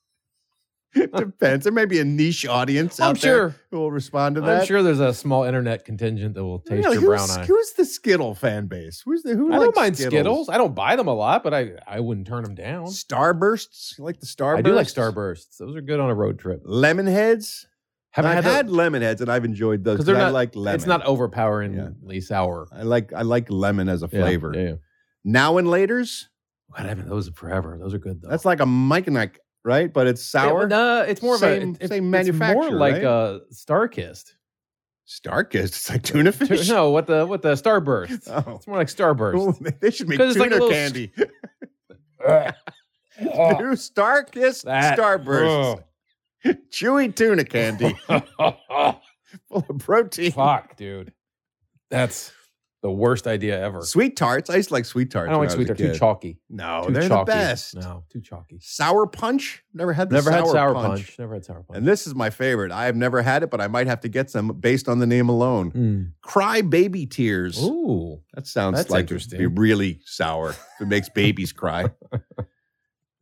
Speaker 2: Depends. There may be a niche audience
Speaker 6: I'm
Speaker 2: out there
Speaker 6: sure.
Speaker 2: who will respond to that.
Speaker 6: I'm sure there's a small internet contingent that will taste
Speaker 2: Really,
Speaker 6: your
Speaker 2: who's,
Speaker 6: brown eye.
Speaker 2: who's the Skittle fan base? Who's the who?
Speaker 6: I don't
Speaker 2: likes
Speaker 6: mind Skittles?
Speaker 2: Skittles?
Speaker 6: I don't buy them a lot, but I, I wouldn't turn them down.
Speaker 2: Starbursts. You like the Starbursts?
Speaker 6: I do like Starbursts. Those are good on a road trip.
Speaker 2: Lemon heads.
Speaker 6: Haven't
Speaker 2: I've
Speaker 6: had,
Speaker 2: had, lemon heads and I've enjoyed those.
Speaker 6: because they're
Speaker 2: I
Speaker 6: not
Speaker 2: like lemon.
Speaker 6: It's not overpoweringly sour
Speaker 2: I like I like lemon as a
Speaker 6: Yeah,
Speaker 2: flavor.
Speaker 6: Yeah, yeah.
Speaker 2: Now and later's.
Speaker 6: God, I haven't those in forever. Those are good though.
Speaker 2: That's like a Mike and Ike, right? But it's sour.
Speaker 6: Yeah, but, uh, it's more of a
Speaker 2: Same-
Speaker 6: it- it-
Speaker 2: same
Speaker 6: It's
Speaker 2: manufacturer,
Speaker 6: more like
Speaker 2: right?
Speaker 6: uh, Starkist.
Speaker 2: Stark is it's like tuna
Speaker 6: Tu-
Speaker 2: fish.
Speaker 6: No, what the what the Starburst.
Speaker 2: Oh.
Speaker 6: It's more like Starburst.
Speaker 2: They should make
Speaker 6: 'Cause it's
Speaker 2: tuna
Speaker 6: like a little
Speaker 2: candy.
Speaker 6: Ugh.
Speaker 2: New Starkist
Speaker 6: That- oh.
Speaker 2: Starburst. Chewy tuna candy full of protein.
Speaker 6: Fuck, dude. That's the worst idea ever.
Speaker 2: Sweet tarts. I used to like sweet tarts.
Speaker 6: I don't
Speaker 2: when
Speaker 6: like
Speaker 2: was
Speaker 6: sweet
Speaker 2: a
Speaker 6: tarts. Too
Speaker 2: kid.
Speaker 6: chalky.
Speaker 2: No,
Speaker 6: Too
Speaker 2: they're
Speaker 6: chalky.
Speaker 2: the best.
Speaker 6: No, too chalky.
Speaker 2: Sour punch. Never had the
Speaker 6: Never
Speaker 2: sour
Speaker 6: had sour punch.
Speaker 2: punch.
Speaker 6: Never had sour punch.
Speaker 2: And this is my favorite. I have never had it, but I might have to get some based on the name alone. Cry baby tears.
Speaker 6: Ooh,
Speaker 2: that sounds
Speaker 6: that's
Speaker 2: like
Speaker 6: interesting.
Speaker 2: it'd be really sour. it makes babies cry.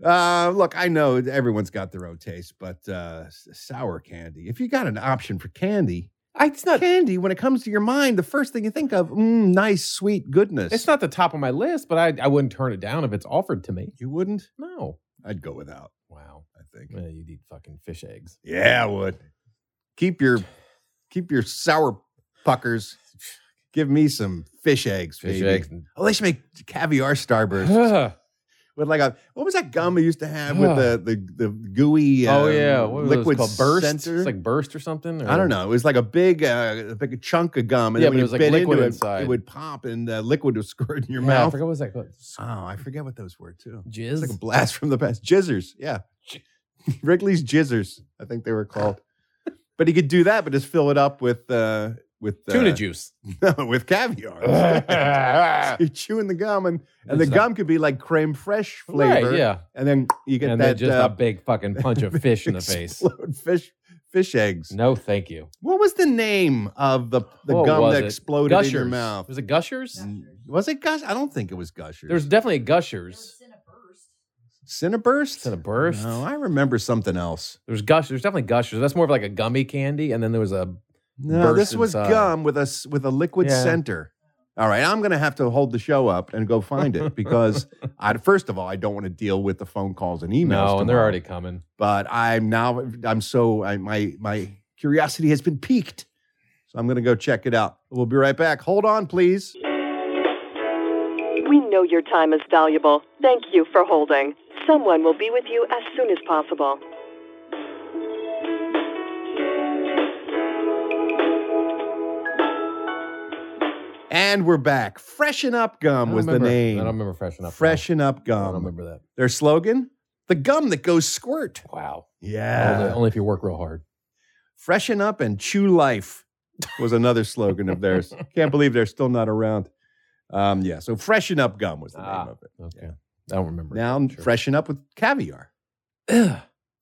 Speaker 2: Uh, look, I know everyone's got their own taste, but uh, s- sour candy. If you got an option for candy,
Speaker 6: it's not
Speaker 2: candy. When it comes to your mind, the first thing you think of, mm, nice, sweet goodness.
Speaker 6: It's not the top of my list, but I, I wouldn't turn it down if it's offered to me.
Speaker 2: You wouldn't?
Speaker 6: No.
Speaker 2: I'd go without.
Speaker 6: Wow.
Speaker 2: I think.
Speaker 6: Well, you'd eat fucking fish eggs.
Speaker 2: Yeah, I would. Keep your keep your sour puckers. Give me some fish eggs,
Speaker 6: Fish
Speaker 2: baby.
Speaker 6: eggs and-
Speaker 2: Oh, they should make caviar starburst
Speaker 6: oh
Speaker 2: with like a what was that gum we used to have with the the, the gooey uh,
Speaker 6: Oh, yeah, what were
Speaker 2: liquid
Speaker 6: those called? Burst.
Speaker 2: center?
Speaker 6: It's like burst or something.
Speaker 2: I
Speaker 6: or-
Speaker 2: don't know. It was like a big uh, a big chunk of gum, and
Speaker 6: Yeah,
Speaker 2: then when
Speaker 6: but it
Speaker 2: you
Speaker 6: was like
Speaker 2: bit
Speaker 6: liquid
Speaker 2: into it,
Speaker 6: inside.
Speaker 2: it would pop, and uh, liquid would squirt in your
Speaker 6: Yeah, I
Speaker 2: mouth.
Speaker 6: forgot what was that called.
Speaker 2: Oh, I forget what those were too.
Speaker 6: Jizz.
Speaker 2: It's like a blast from the past. Jizzers, yeah. Wrigley's Jizzers, I think they were called. but he could do that, but just fill it up with uh with uh,
Speaker 6: Tuna juice.
Speaker 2: No, with caviar. You're chewing the gum, and, and the
Speaker 6: It's
Speaker 2: gum could be like creme fraiche
Speaker 6: Right,
Speaker 2: flavor.
Speaker 6: yeah.
Speaker 2: and then you get
Speaker 6: and then
Speaker 2: that
Speaker 6: just
Speaker 2: uh,
Speaker 6: a big fucking punch of fish in the face.
Speaker 2: explode fish fish eggs.
Speaker 6: No, thank you.
Speaker 2: What was the name of the the
Speaker 6: What
Speaker 2: gum
Speaker 6: was
Speaker 2: that
Speaker 6: it?
Speaker 2: exploded
Speaker 6: gushers.
Speaker 2: in your mouth?
Speaker 6: Was it Gushers?
Speaker 2: Was it Gush? I don't think it was Gushers.
Speaker 6: There's definitely a Gushers.
Speaker 2: Cineburst.
Speaker 6: Cineburst.
Speaker 2: No, I remember something else.
Speaker 6: There's Gushers. There's definitely Gushers. That's more of like a gummy candy, and then there was a
Speaker 2: No,
Speaker 6: burst
Speaker 2: this was
Speaker 6: inside.
Speaker 2: gum with a s- with a liquid
Speaker 6: Yeah.
Speaker 2: center. All right, I'm going to have to hold the show up and go find it because I first of all, I don't want to deal with the phone calls and emails.
Speaker 6: No, and they're
Speaker 2: tomorrow.
Speaker 6: already coming.
Speaker 2: But I'm now I'm so I, my my curiosity has been piqued. So I'm going to go check it out. We'll be right back. Hold on, please.
Speaker 13: We know your time is valuable. Thank you for holding. Someone will be with you as soon as possible.
Speaker 2: And we're back. Freshen Up Gum
Speaker 6: I
Speaker 2: was
Speaker 6: remember-
Speaker 2: the name. um,
Speaker 6: I don't remember freshen up.
Speaker 2: Freshen Up
Speaker 6: I
Speaker 2: Gum.
Speaker 6: don't remember that.
Speaker 2: Their slogan? The gum that goes squirt.
Speaker 6: Wow. Only,
Speaker 2: Yeah.
Speaker 6: only if you work real hard.
Speaker 2: Freshen up and chew life was another slogan of theirs. Can't believe they're still not around. Um, yeah. So freshen up gum was the name of it.
Speaker 6: Okay. I don't remember.
Speaker 2: Now freshen up with caviar.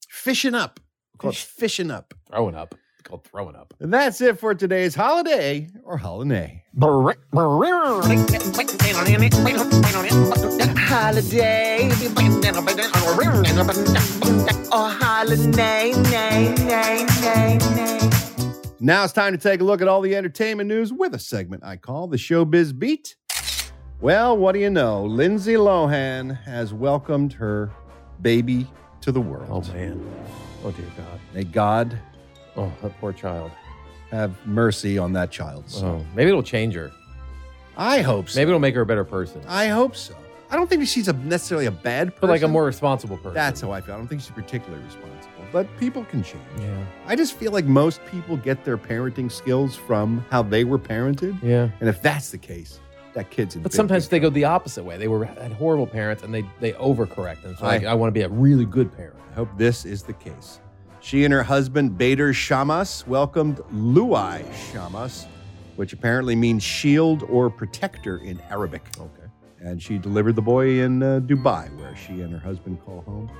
Speaker 2: Fishing up. Call it fishing up.
Speaker 6: Throwing up. It's called throwing up.
Speaker 2: And that's it for today's holiday or holiday.
Speaker 22: Holiday. Or holiday, nay, nay, nay, nay.
Speaker 2: Now it's time to take a look at all the entertainment news with a segment I call the Showbiz Beat. Well, what do you know? Lindsay Lohan has welcomed her baby to the world. Oh, man.
Speaker 6: Oh dear God.
Speaker 2: May God
Speaker 6: Oh, that poor child.
Speaker 2: have mercy on that child. So
Speaker 6: Oh, maybe it'll change her.
Speaker 2: I hope so.
Speaker 6: Maybe it'll make her a better person,
Speaker 2: I hope so. I don't think she's a, necessarily a bad Uh, person.
Speaker 6: but like a more responsible person.
Speaker 2: That's how I feel. I don't think she's particularly responsible, but people can change.
Speaker 6: yeah.
Speaker 2: I just feel like most people get their parenting skills from how they were parented.
Speaker 6: Yeah.
Speaker 2: And if that's the case, that kid's in
Speaker 6: But
Speaker 2: big,
Speaker 6: sometimes
Speaker 2: big
Speaker 6: they go the opposite way. They were had horrible parents, and they they overcorrect. And so
Speaker 2: I-
Speaker 6: like, I, want to be a really good parent.
Speaker 2: I hope this is the case. She and her husband, Bader Shamas, welcomed Luai Shamas, which apparently means shield or protector in Arabic.
Speaker 6: Okay.
Speaker 2: And she delivered the boy in uh, Dubai, where she and her husband call home.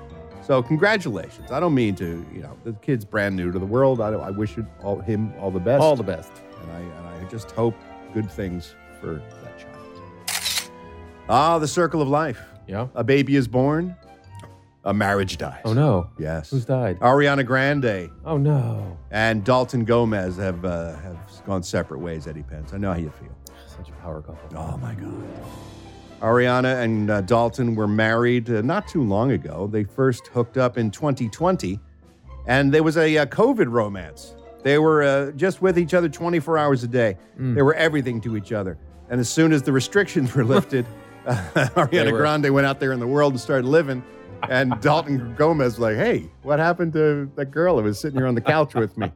Speaker 2: So, congratulations. I don't mean to, you know, the kid's brand new to the world. I, I wish it, all, him all the best.
Speaker 6: All the best.
Speaker 2: And I, and I just hope good things for that child. Ah, the circle of life.
Speaker 6: Yeah.
Speaker 2: A baby is born, a marriage dies.
Speaker 6: Oh no.
Speaker 2: Yes.
Speaker 6: Who's died?
Speaker 2: Ariana Grande
Speaker 6: Oh no.
Speaker 2: and Dalton Gomez have uh, have gone separate ways. Eddie Pence, I know how you feel.
Speaker 6: Such a power couple.
Speaker 2: Oh my God. Ariana and uh, Dalton were married uh, not too long ago. They first hooked up in 2020, and there was a uh, COVID romance. They were uh, just with each other 24 hours a day.
Speaker 6: Hmm.
Speaker 2: They were everything to each other. And as soon as the restrictions were lifted, uh, Ariana
Speaker 6: They were-
Speaker 2: Grande went out there in the world and started living. And Dalton Gomez was like, hey, what happened to that girl who was sitting here on the couch with me?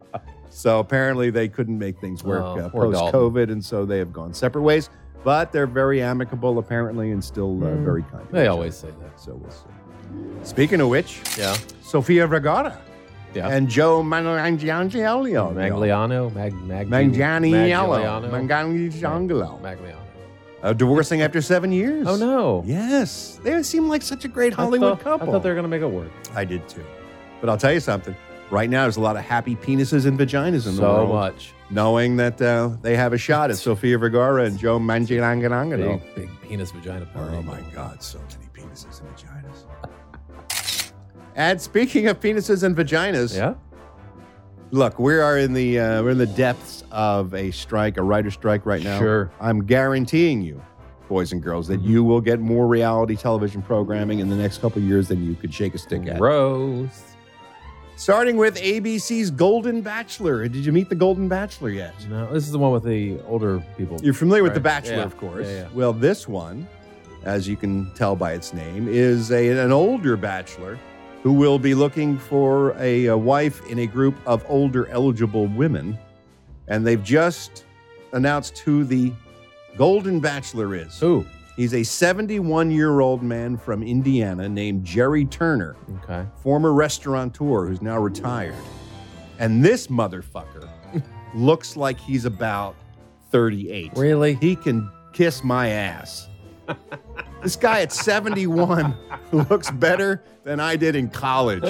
Speaker 2: So apparently they couldn't make things work
Speaker 6: Oh,
Speaker 2: uh,
Speaker 6: poor
Speaker 2: post
Speaker 6: Dalton.
Speaker 2: COVID, and so they have gone separate ways. But they're very amicable, apparently, and still uh,
Speaker 6: Hmm.
Speaker 2: very kind. to
Speaker 6: They
Speaker 2: each
Speaker 6: always say that.
Speaker 2: other. So we'll see. Speaking of which,
Speaker 6: Yeah.
Speaker 2: Sofia Vergara
Speaker 6: Yeah.
Speaker 2: and Joe Manganiello.
Speaker 6: Magliano, Mag, Mag,
Speaker 2: Manganiello.
Speaker 6: Magliano.
Speaker 2: Manganiello.
Speaker 6: Magliano.
Speaker 2: Uh, divorcing after seven years.
Speaker 6: Oh no!
Speaker 2: Yes, they seem like such a great Hollywood
Speaker 6: I thought,
Speaker 2: couple.
Speaker 6: I thought they were gonna make it work.
Speaker 2: I did too. But I'll tell you something. Right now, there's a lot of happy penises and vaginas in the
Speaker 6: So
Speaker 2: world.
Speaker 6: much.
Speaker 2: Knowing that uh, they have a shot at Sofia Vergara and Joe Manganiello.
Speaker 6: Big, big penis vagina party.
Speaker 2: Oh my God, so many penises and vaginas. And speaking of penises and vaginas,
Speaker 6: Yeah.
Speaker 2: Look, we are in the uh, we're in the depths of a strike, a writer strike right now.
Speaker 6: Sure.
Speaker 2: I'm guaranteeing you, boys and girls, that you will get more reality television programming in the next couple of years than you could shake a stick at.
Speaker 6: Gross.
Speaker 2: Starting with ABC's Golden Bachelor. Did you meet the Golden Bachelor yet?
Speaker 6: No, this is the one with the older people.
Speaker 2: You're familiar with The
Speaker 6: Right.
Speaker 2: Bachelor,
Speaker 6: Yeah.
Speaker 2: of course.
Speaker 6: Yeah, yeah.
Speaker 2: Well, this one, as you can tell by its name, is a, an older bachelor who will be looking for a, a wife in a group of older eligible women. And they've just announced who the Golden Bachelor is.
Speaker 6: Who?
Speaker 2: He's a 71 year old man from Indiana named Jerry Turner,
Speaker 6: Okay.
Speaker 2: former restaurateur who's now retired. And this motherfucker looks like he's about 38.
Speaker 6: Really?
Speaker 2: He can kiss my ass. this guy at 71 looks better than I did in college.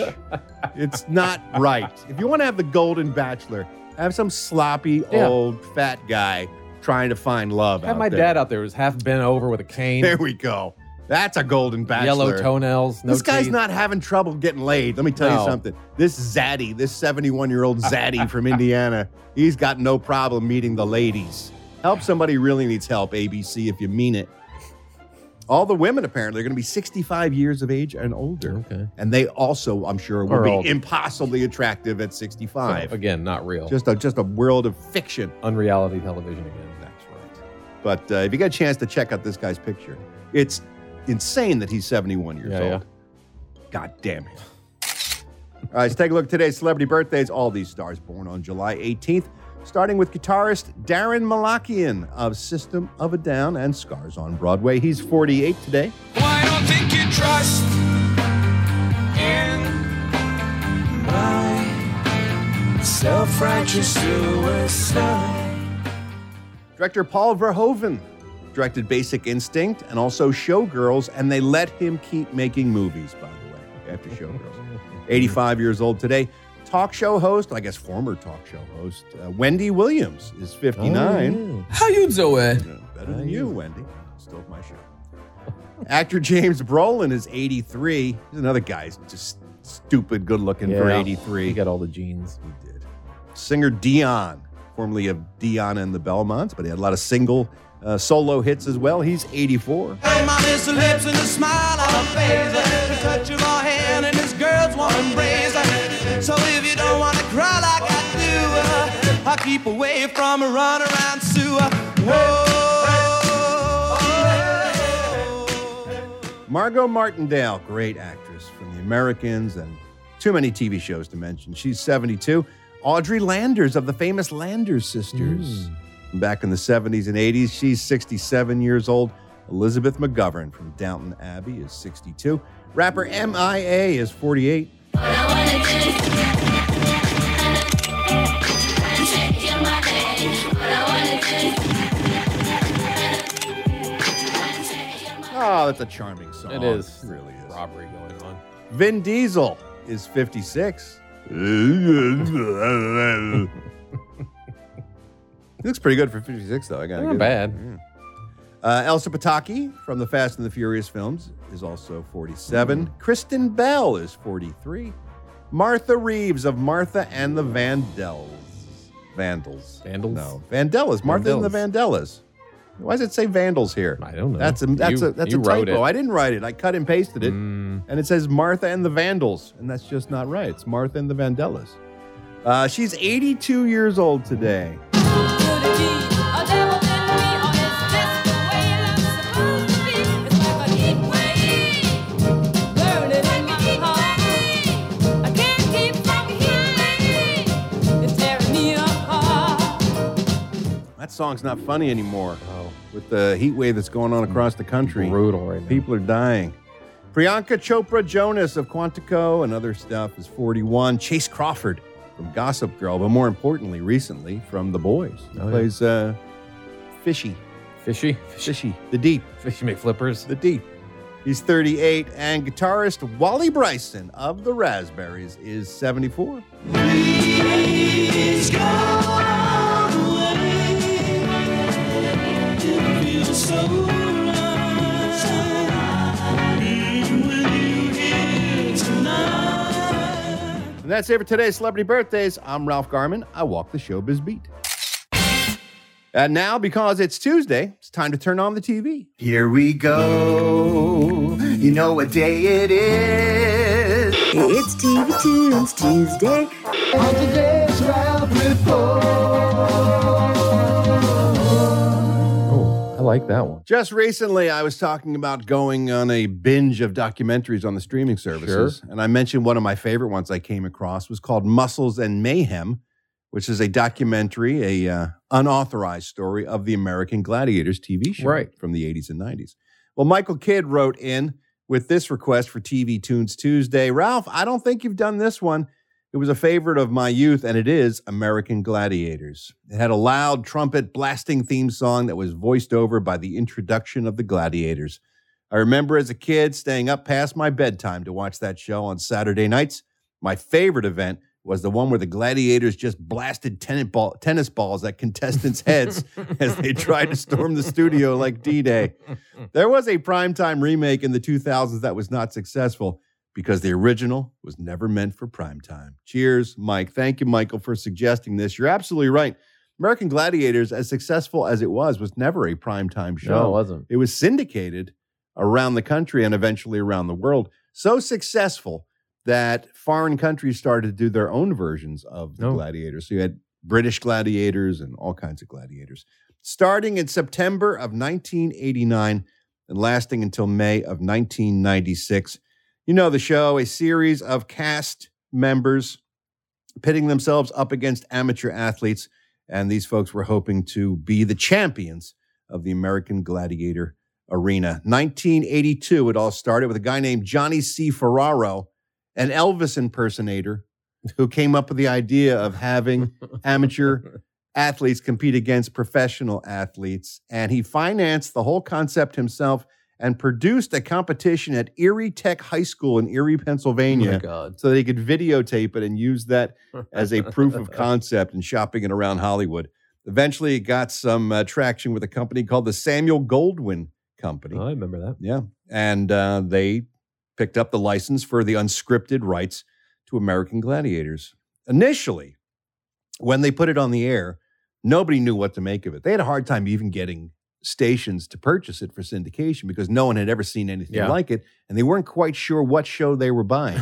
Speaker 2: It's not right. If you want to have the golden bachelor, have some sloppy
Speaker 6: Yeah.
Speaker 2: old fat guy trying to find love.
Speaker 6: Had
Speaker 2: out
Speaker 6: my
Speaker 2: there.
Speaker 6: dad out there was half bent over with a cane,
Speaker 2: There we go. That's a golden bachelor.
Speaker 6: yellow toenails. No
Speaker 2: this guy's
Speaker 6: teeth.
Speaker 2: not having trouble getting laid. Let me tell
Speaker 6: No.
Speaker 2: you something. This zaddy, this 71 year old zaddy from Indiana, he's got no problem meeting the ladies. Help somebody really needs help, ABC, if you mean it. All the women apparently are going to be 65 years of age and older.
Speaker 6: Okay.
Speaker 2: And they also, I'm sure, will
Speaker 6: Are
Speaker 2: be
Speaker 6: older.
Speaker 2: impossibly attractive at 65.
Speaker 6: So, again, not real.
Speaker 2: Just a just a world of fiction.
Speaker 6: unreality television again.
Speaker 2: That's right. But uh, if you get a chance to check out this guy's picture, it's insane that he's 71 years
Speaker 6: Yeah,
Speaker 2: old. God damn it. All right, let's take a look at today's celebrity birthdays. All these stars born on July 18th, starting with guitarist Darren Malakian of System of a Down and Scars on Broadway. He's 48 today.
Speaker 8: Why don't think you trust in my self-righteous suicide?
Speaker 2: Director Paul Verhoeven directed Basic Instinct and also Showgirls, and they let him keep making movies, by the way, after Showgirls. 85 years old today. Talk show host, I guess former talk show host, uh, Wendy Williams is 59.
Speaker 6: How you doing?
Speaker 2: Better than you, Wendy. Stole my show. Actor James Brolin is 83. He's another guy who's just stupid good looking for
Speaker 6: Yeah.
Speaker 2: 83.
Speaker 6: You got all the genes.
Speaker 2: He did. Singer Dion, formerly of Dion and the Belmonts, but he had a lot of single uh, solo hits as well. He's 84.
Speaker 8: Hey, my missing lips and a smile on her face, the touch of her hand and this girl's one embrace. So if you don't wanna cry like I do, uh, I keep away from a runaround sewer. Whoa.
Speaker 2: Margot Martindale, great actress from The Americans and too many TV shows to mention. She's 72. Audrey Landers of the famous Landers sisters.
Speaker 6: Hmm.
Speaker 2: Back in the 70s and 80s, she's 67 years old. Elizabeth McGovern from Downton Abbey is 62. Rapper MIA is 48. Oh, that's a charming song.
Speaker 6: It is.
Speaker 2: It really is.
Speaker 6: Robbery going on.
Speaker 2: Vin Diesel is 56. he looks pretty good for 56, though. I gotta
Speaker 6: Not
Speaker 2: give it.
Speaker 6: bad.
Speaker 2: Uh, Elsa Pataki from the Fast and the Furious films is also 47. Kristen Bell is 43. Martha Reeves of Martha and the Vandals. Vandals.
Speaker 6: Vandals?
Speaker 2: No, Vandellas. Martha and the Vandellas. Why does it say Vandals here?
Speaker 6: I don't know.
Speaker 2: That's a that's
Speaker 6: You-
Speaker 2: a that's
Speaker 6: you
Speaker 2: a
Speaker 6: wrote
Speaker 2: typo.
Speaker 6: it.
Speaker 2: I didn't write it. I cut and pasted it,
Speaker 6: Mm.
Speaker 2: and it says Martha and the Vandals, and that's just not right. It's Martha and the Vandellas. Uh, she's 82 years old today. That song's not funny anymore
Speaker 6: Oh,
Speaker 2: with the heat wave that's going on across the country.
Speaker 6: brutal right now.
Speaker 2: People are dying. Priyanka Chopra Jonas of Quantico and other stuff is 41. Chase Crawford from Gossip Girl, but more importantly, recently from The Boys. He plays uh, Fishy.
Speaker 6: Fishy?
Speaker 2: Fishy. The Deep.
Speaker 6: Fishy McFlippers.
Speaker 2: The Deep. He's 38. And guitarist Wally Bryson of The Raspberries is 74.
Speaker 8: Please go away. It feels so right being with you here tonight.
Speaker 2: And that's it for today's celebrity birthdays. I'm Ralph Garman. I walk the showbiz beat. And now, because it's Tuesday, it's time to turn on the TV.
Speaker 22: Here we go. You know what day it is. It's TV Tunes Tuesday. On today's Ralph
Speaker 6: Oh, I like that one.
Speaker 2: Just recently, I was talking about going on a binge of documentaries on the streaming services. And I mentioned one of my favorite ones I came across was called Muscles and Mayhem, which is a documentary, a uh, unauthorized story of the American Gladiators TV show
Speaker 6: Right.
Speaker 2: from the 80s and 90s. Well, Michael Kidd wrote in with this request for TV Tunes Tuesday. Ralph, I don't think you've done this one. It was a favorite of my youth, and it is American Gladiators. It had a loud trumpet blasting theme song that was voiced over by the introduction of the Gladiators. I remember as a kid staying up past my bedtime to watch that show on Saturday nights. My favorite event was the one where the gladiators just blasted tenant ball, tennis balls at contestants' heads as they tried to storm the studio like D Day. There was a primetime remake in the 2000s that was not successful because the original was never meant for primetime. Cheers, Mike. Thank you, Michael, for suggesting this. You're absolutely right. American Gladiators, as successful as it was, was never a primetime show.
Speaker 6: it wasn't.
Speaker 2: It was syndicated around the country and eventually around the world. So successful that foreign countries started to do their own versions of the
Speaker 6: No.
Speaker 2: gladiators. So you had British gladiators and all kinds of gladiators. Starting in September of 1989 and lasting until May of 1996. You know the show, a series of cast members pitting themselves up against amateur athletes. And these folks were hoping to be the champions of the American Gladiator Arena. 1982, it all started with a guy named Johnny C. Ferraro, an Elvis impersonator, who came up with the idea of having amateur athletes compete against professional athletes. And he financed the whole concept himself and produced a competition at Erie Tech High School in Erie, Pennsylvania.
Speaker 6: Oh God.
Speaker 2: uh, So that he could videotape it and use that as a proof of concept and shopping it around Hollywood. Eventually, it got some uh, traction with a company called the Samuel Goldwyn Company.
Speaker 6: Oh, I remember that.
Speaker 2: Yeah. And uh, they picked up the license for the unscripted rights to American Gladiators. Initially, when they put it on the air, nobody knew what to make of it. They had a hard time even getting stations to purchase it for syndication because no one had ever seen anything
Speaker 6: Yeah.
Speaker 2: like it and they weren't quite sure what show they were buying.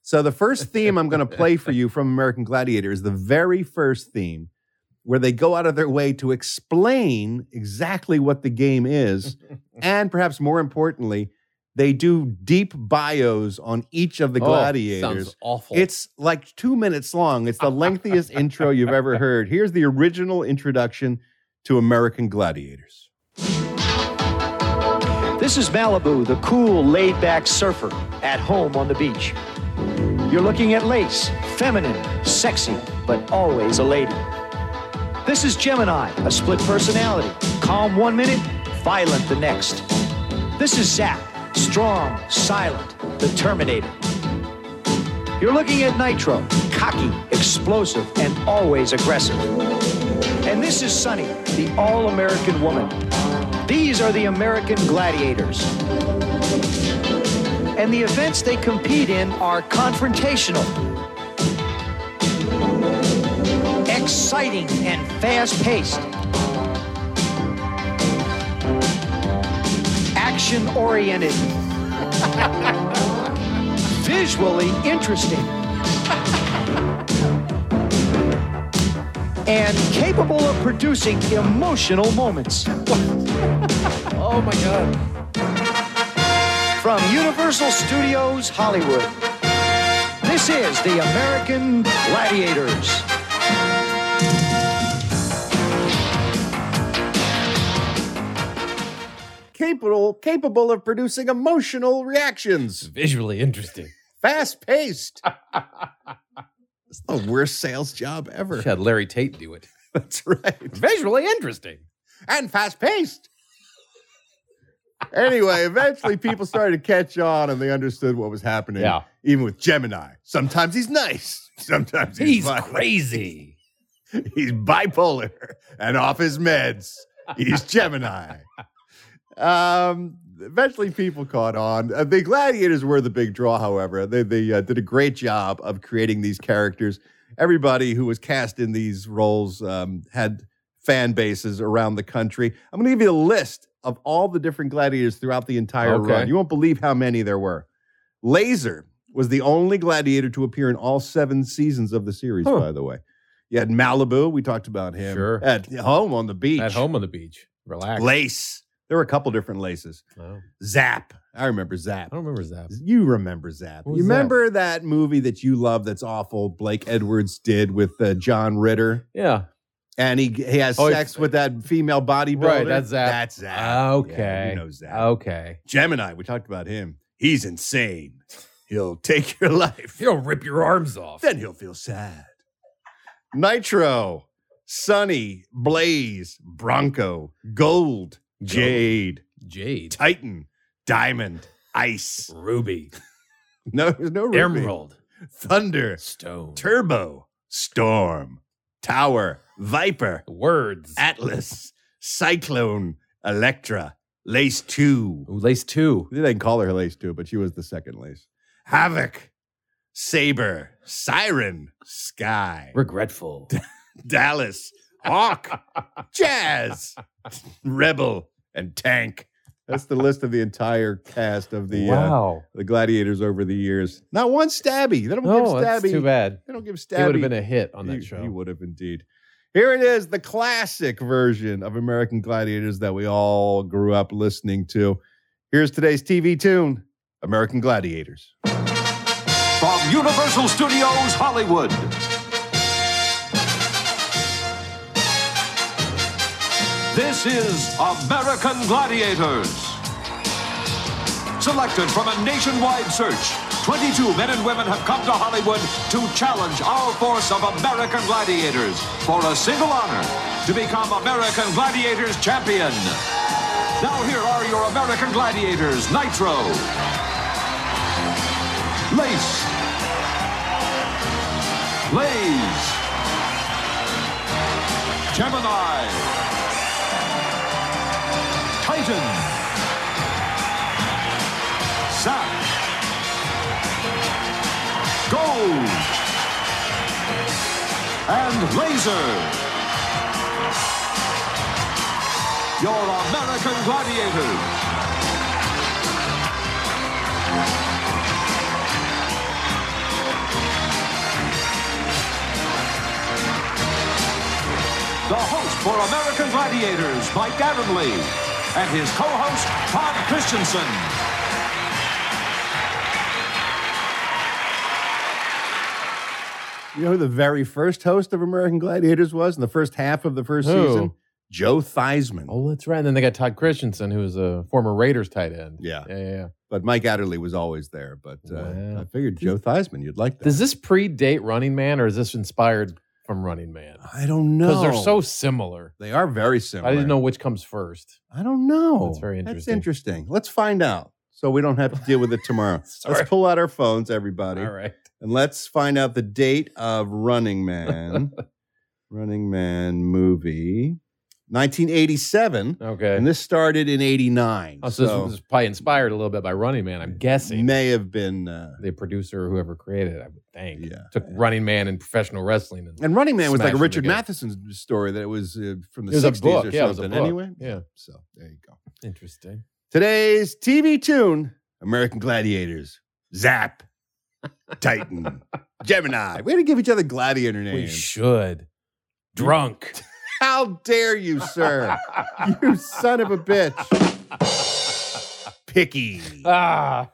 Speaker 2: so the first theme I'm going to play for you from American Gladiator is the very first theme where they go out of their way to explain exactly what the game is and perhaps more importantly they do deep bios on each of the
Speaker 6: Oh,
Speaker 2: gladiators.
Speaker 6: sounds awful.
Speaker 2: It's like two minutes long. It's the lengthiest intro you've ever heard. Here's the original introduction to American Gladiators.
Speaker 16: This is Malibu, the cool, laid back surfer at home on the beach. You're looking at Lace, feminine, sexy, but always a lady. This is Gemini, a split personality, calm one minute, violent the next. This is Zap, strong, silent, the Terminator. You're looking at Nitro, cocky, explosive, and always aggressive. And this is Sunny, the all American woman. These are the American gladiators. And the events they compete in are confrontational, exciting, and fast paced. Action oriented. Visually interesting. and capable of producing emotional moments. oh my God. From Universal Studios Hollywood, this is the American Gladiators.
Speaker 2: Can capable capable of producing emotional reactions.
Speaker 6: Visually interesting.
Speaker 2: Fast paced. it's the worst sales job ever.
Speaker 6: She had Larry Tate do it.
Speaker 2: That's right.
Speaker 6: Visually interesting.
Speaker 2: And fast paced. anyway, eventually people started to catch on and they understood what was happening.
Speaker 6: Yeah.
Speaker 2: Even with Gemini. Sometimes he's nice. Sometimes he's,
Speaker 6: He's
Speaker 2: violent.
Speaker 6: crazy.
Speaker 2: He's bipolar and off his meds. He's Gemini. Um, eventually, people caught on. Uh, the Gladiators were the big draw, however. They, they uh, did a great job of creating these characters. Everybody who was cast in these roles um, had fan bases around the country. I'm going to give you a list of all the different gladiators throughout the entire
Speaker 6: Okay.
Speaker 2: run. You won't believe how many there were. Laser was the only gladiator to appear in all seven seasons of the series,
Speaker 6: Huh.
Speaker 2: by the way. You had Malibu. We talked about him.
Speaker 6: Sure.
Speaker 2: At home on the beach.
Speaker 6: At home on the beach. Relax.
Speaker 2: Lace. There were a couple different laces.
Speaker 6: No.
Speaker 2: Zap. I remember Zap.
Speaker 6: I don't remember Zap.
Speaker 2: You remember Zap.
Speaker 6: Oh. What
Speaker 2: You
Speaker 6: was Zap?
Speaker 2: remember that movie that you love that's awful Blake Edwards did with uh, John Ritter?
Speaker 6: Yeah.
Speaker 2: And he, he has
Speaker 6: Oh, he-
Speaker 2: sex with that female bodybuilder.
Speaker 6: Right. That's Zap.
Speaker 2: That's Zap.
Speaker 6: Okay. Oh.
Speaker 2: Yeah, you know Zap.
Speaker 6: Okay.
Speaker 2: Gemini, we talked about him. He's insane. He'll take your life.
Speaker 6: He'll rip your arms off.
Speaker 2: Then he'll feel sad. Nitro, Sunny, Blaze, Bronco, Gold, Jade,
Speaker 6: Jade.
Speaker 2: Titan, Diamond, Ice,
Speaker 6: Ruby.
Speaker 2: No, there's no Ruby.
Speaker 6: Emerald.
Speaker 2: Thunder,
Speaker 6: Stone.
Speaker 2: Turbo, Storm, Tower, Viper,
Speaker 6: Words.
Speaker 2: Atlas, Cyclone, Electra, Lace 2.
Speaker 6: Lace 2.
Speaker 2: They didn't call her Lace 2, but she was the second Lace. Havoc, Saber, Siren, Sky,
Speaker 6: Regretful.
Speaker 2: Dallas, Hawk, Jazz, Rebel, and Tank. That's the list of the entire cast of the uh,
Speaker 6: wow.
Speaker 2: the gladiators over the years. Not one stabby. They don't give
Speaker 6: No,
Speaker 2: stabby.
Speaker 6: that's too bad.
Speaker 2: They don't give stabby.
Speaker 6: He would have been a hit on that
Speaker 2: He-
Speaker 6: show.
Speaker 2: He would have indeed. Here it is, the classic version of American Gladiators that we all grew up listening to. Here's today's TV tune, American Gladiators.
Speaker 1: From Universal Studios Hollywood, this is American Gladiators. Selected from a nationwide search, 22 men and women have come to Hollywood to challenge our force of American Gladiators for a single honor to become American Gladiators champion. Now, here are your American Gladiators Nitro, Lace. Blaze. Gemini. Titan. Zap. Gold. And Laser. Your American Gladiators. the host for American Gladiators, Mike Avonlea, and his co-host, Todd Christensen.
Speaker 2: You know who the very first host of American Gladiators was in the first half of the first
Speaker 6: Who?
Speaker 2: season? Joe Theismann.
Speaker 6: Oh, that's right. And then they got Todd Christensen, who was a former Raiders tight end.
Speaker 2: Yeah.
Speaker 6: Yeah, yeah. yeah.
Speaker 2: But Mike Adderley was always there. But uh,
Speaker 6: Wow.
Speaker 2: I figured Joe Theismann, you'd like that.
Speaker 6: Does this predate Running Man, or is this inspired from Running Man?
Speaker 2: I don't know.
Speaker 6: Because they're so similar.
Speaker 2: They are very similar.
Speaker 6: I didn't know which comes first.
Speaker 2: I don't know.
Speaker 6: That's very
Speaker 2: That's
Speaker 6: interesting.
Speaker 2: interesting. Let's find out so we don't have to deal with it tomorrow.
Speaker 6: Sorry.
Speaker 2: let's pull out our phones, everybody,
Speaker 6: All right.
Speaker 2: and let's find out the date of Running Man. Running Man movie, 1987,
Speaker 6: Okay.
Speaker 2: and this started in '89.
Speaker 6: Oh, so this
Speaker 2: so
Speaker 6: was probably inspired a little bit by Running Man, I'm guessing.
Speaker 2: may have been. Uh,
Speaker 6: The producer or whoever created it, I would think.
Speaker 2: Yeah.
Speaker 6: Took Running Man and professional wrestling. And,
Speaker 2: and Running Man was like
Speaker 6: Smashed
Speaker 2: a
Speaker 6: them
Speaker 2: Richard
Speaker 6: together.
Speaker 2: Matheson story that it was uh, from the
Speaker 6: it was a
Speaker 2: 60s
Speaker 6: book.
Speaker 2: or
Speaker 6: Yeah, it was a
Speaker 2: something.
Speaker 6: book.
Speaker 2: Anyway,
Speaker 6: Yeah.
Speaker 2: so there you go.
Speaker 6: Interesting.
Speaker 2: Today's TV tune American Gladiators, Zap, Titan, Gemini. We're going to give each other gladiator
Speaker 6: We
Speaker 2: names.
Speaker 6: should. Drunk.
Speaker 2: How dare you, sir? you son of a bitch. Picky.
Speaker 6: Ah.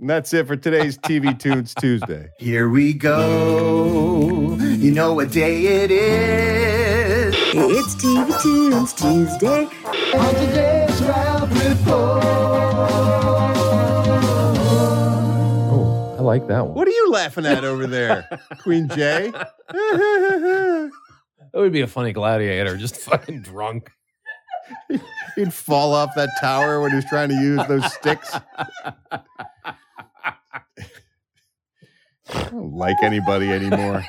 Speaker 2: And that's it for today's TV Tunes Tuesday.
Speaker 22: Here we go. You know what day it is. It's TV Tunes Tuesday. On today's Ralph Report.
Speaker 6: like that one.
Speaker 2: What are you laughing at over there, Queen Jay? that
Speaker 6: would be a funny gladiator, just fucking drunk.
Speaker 2: He'd fall off that tower when he was trying to use those sticks. I don't like anybody anymore.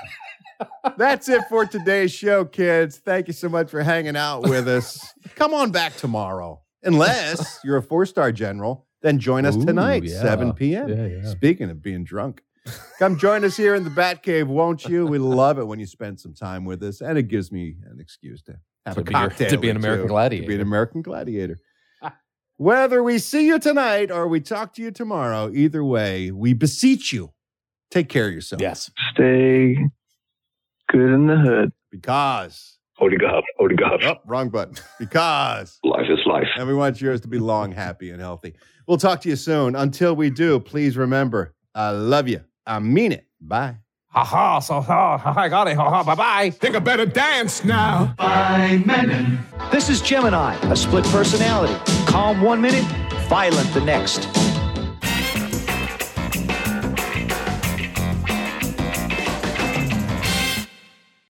Speaker 2: That's it for today's show, kids. Thank you so much for hanging out with us. Come on back tomorrow. Unless you're a four star general, then join us
Speaker 20: Ooh,
Speaker 2: tonight,
Speaker 20: yeah.
Speaker 2: 7 p.m.
Speaker 20: Yeah, yeah.
Speaker 2: Speaking of being drunk, come join us here in the Bat Cave, won't you? We love it when you spend some time with us, and it gives me an excuse to have
Speaker 6: To
Speaker 2: a
Speaker 6: be your-
Speaker 2: cocktail
Speaker 6: to be an
Speaker 2: or
Speaker 6: American
Speaker 2: two,
Speaker 6: gladiator. Ah.
Speaker 2: To be an American gladiator. Whether we see you tonight or we talk to you tomorrow, either way, we beseech you, take care of yourself. Yes.
Speaker 18: Stay good in the hood.
Speaker 2: Because. Odigahub. Odigahub. Oh, wrong button. Because. life is life. And we want yours to be long, happy, and healthy. We'll talk to you soon. Until we do, please remember, I love you. I mean it. Bye.
Speaker 6: Ha ha, so ha, ha, I got it, ha ha, bye bye. Think I better dance now.
Speaker 16: By Menon. This is Gemini, a split personality. Calm one minute, violent the next.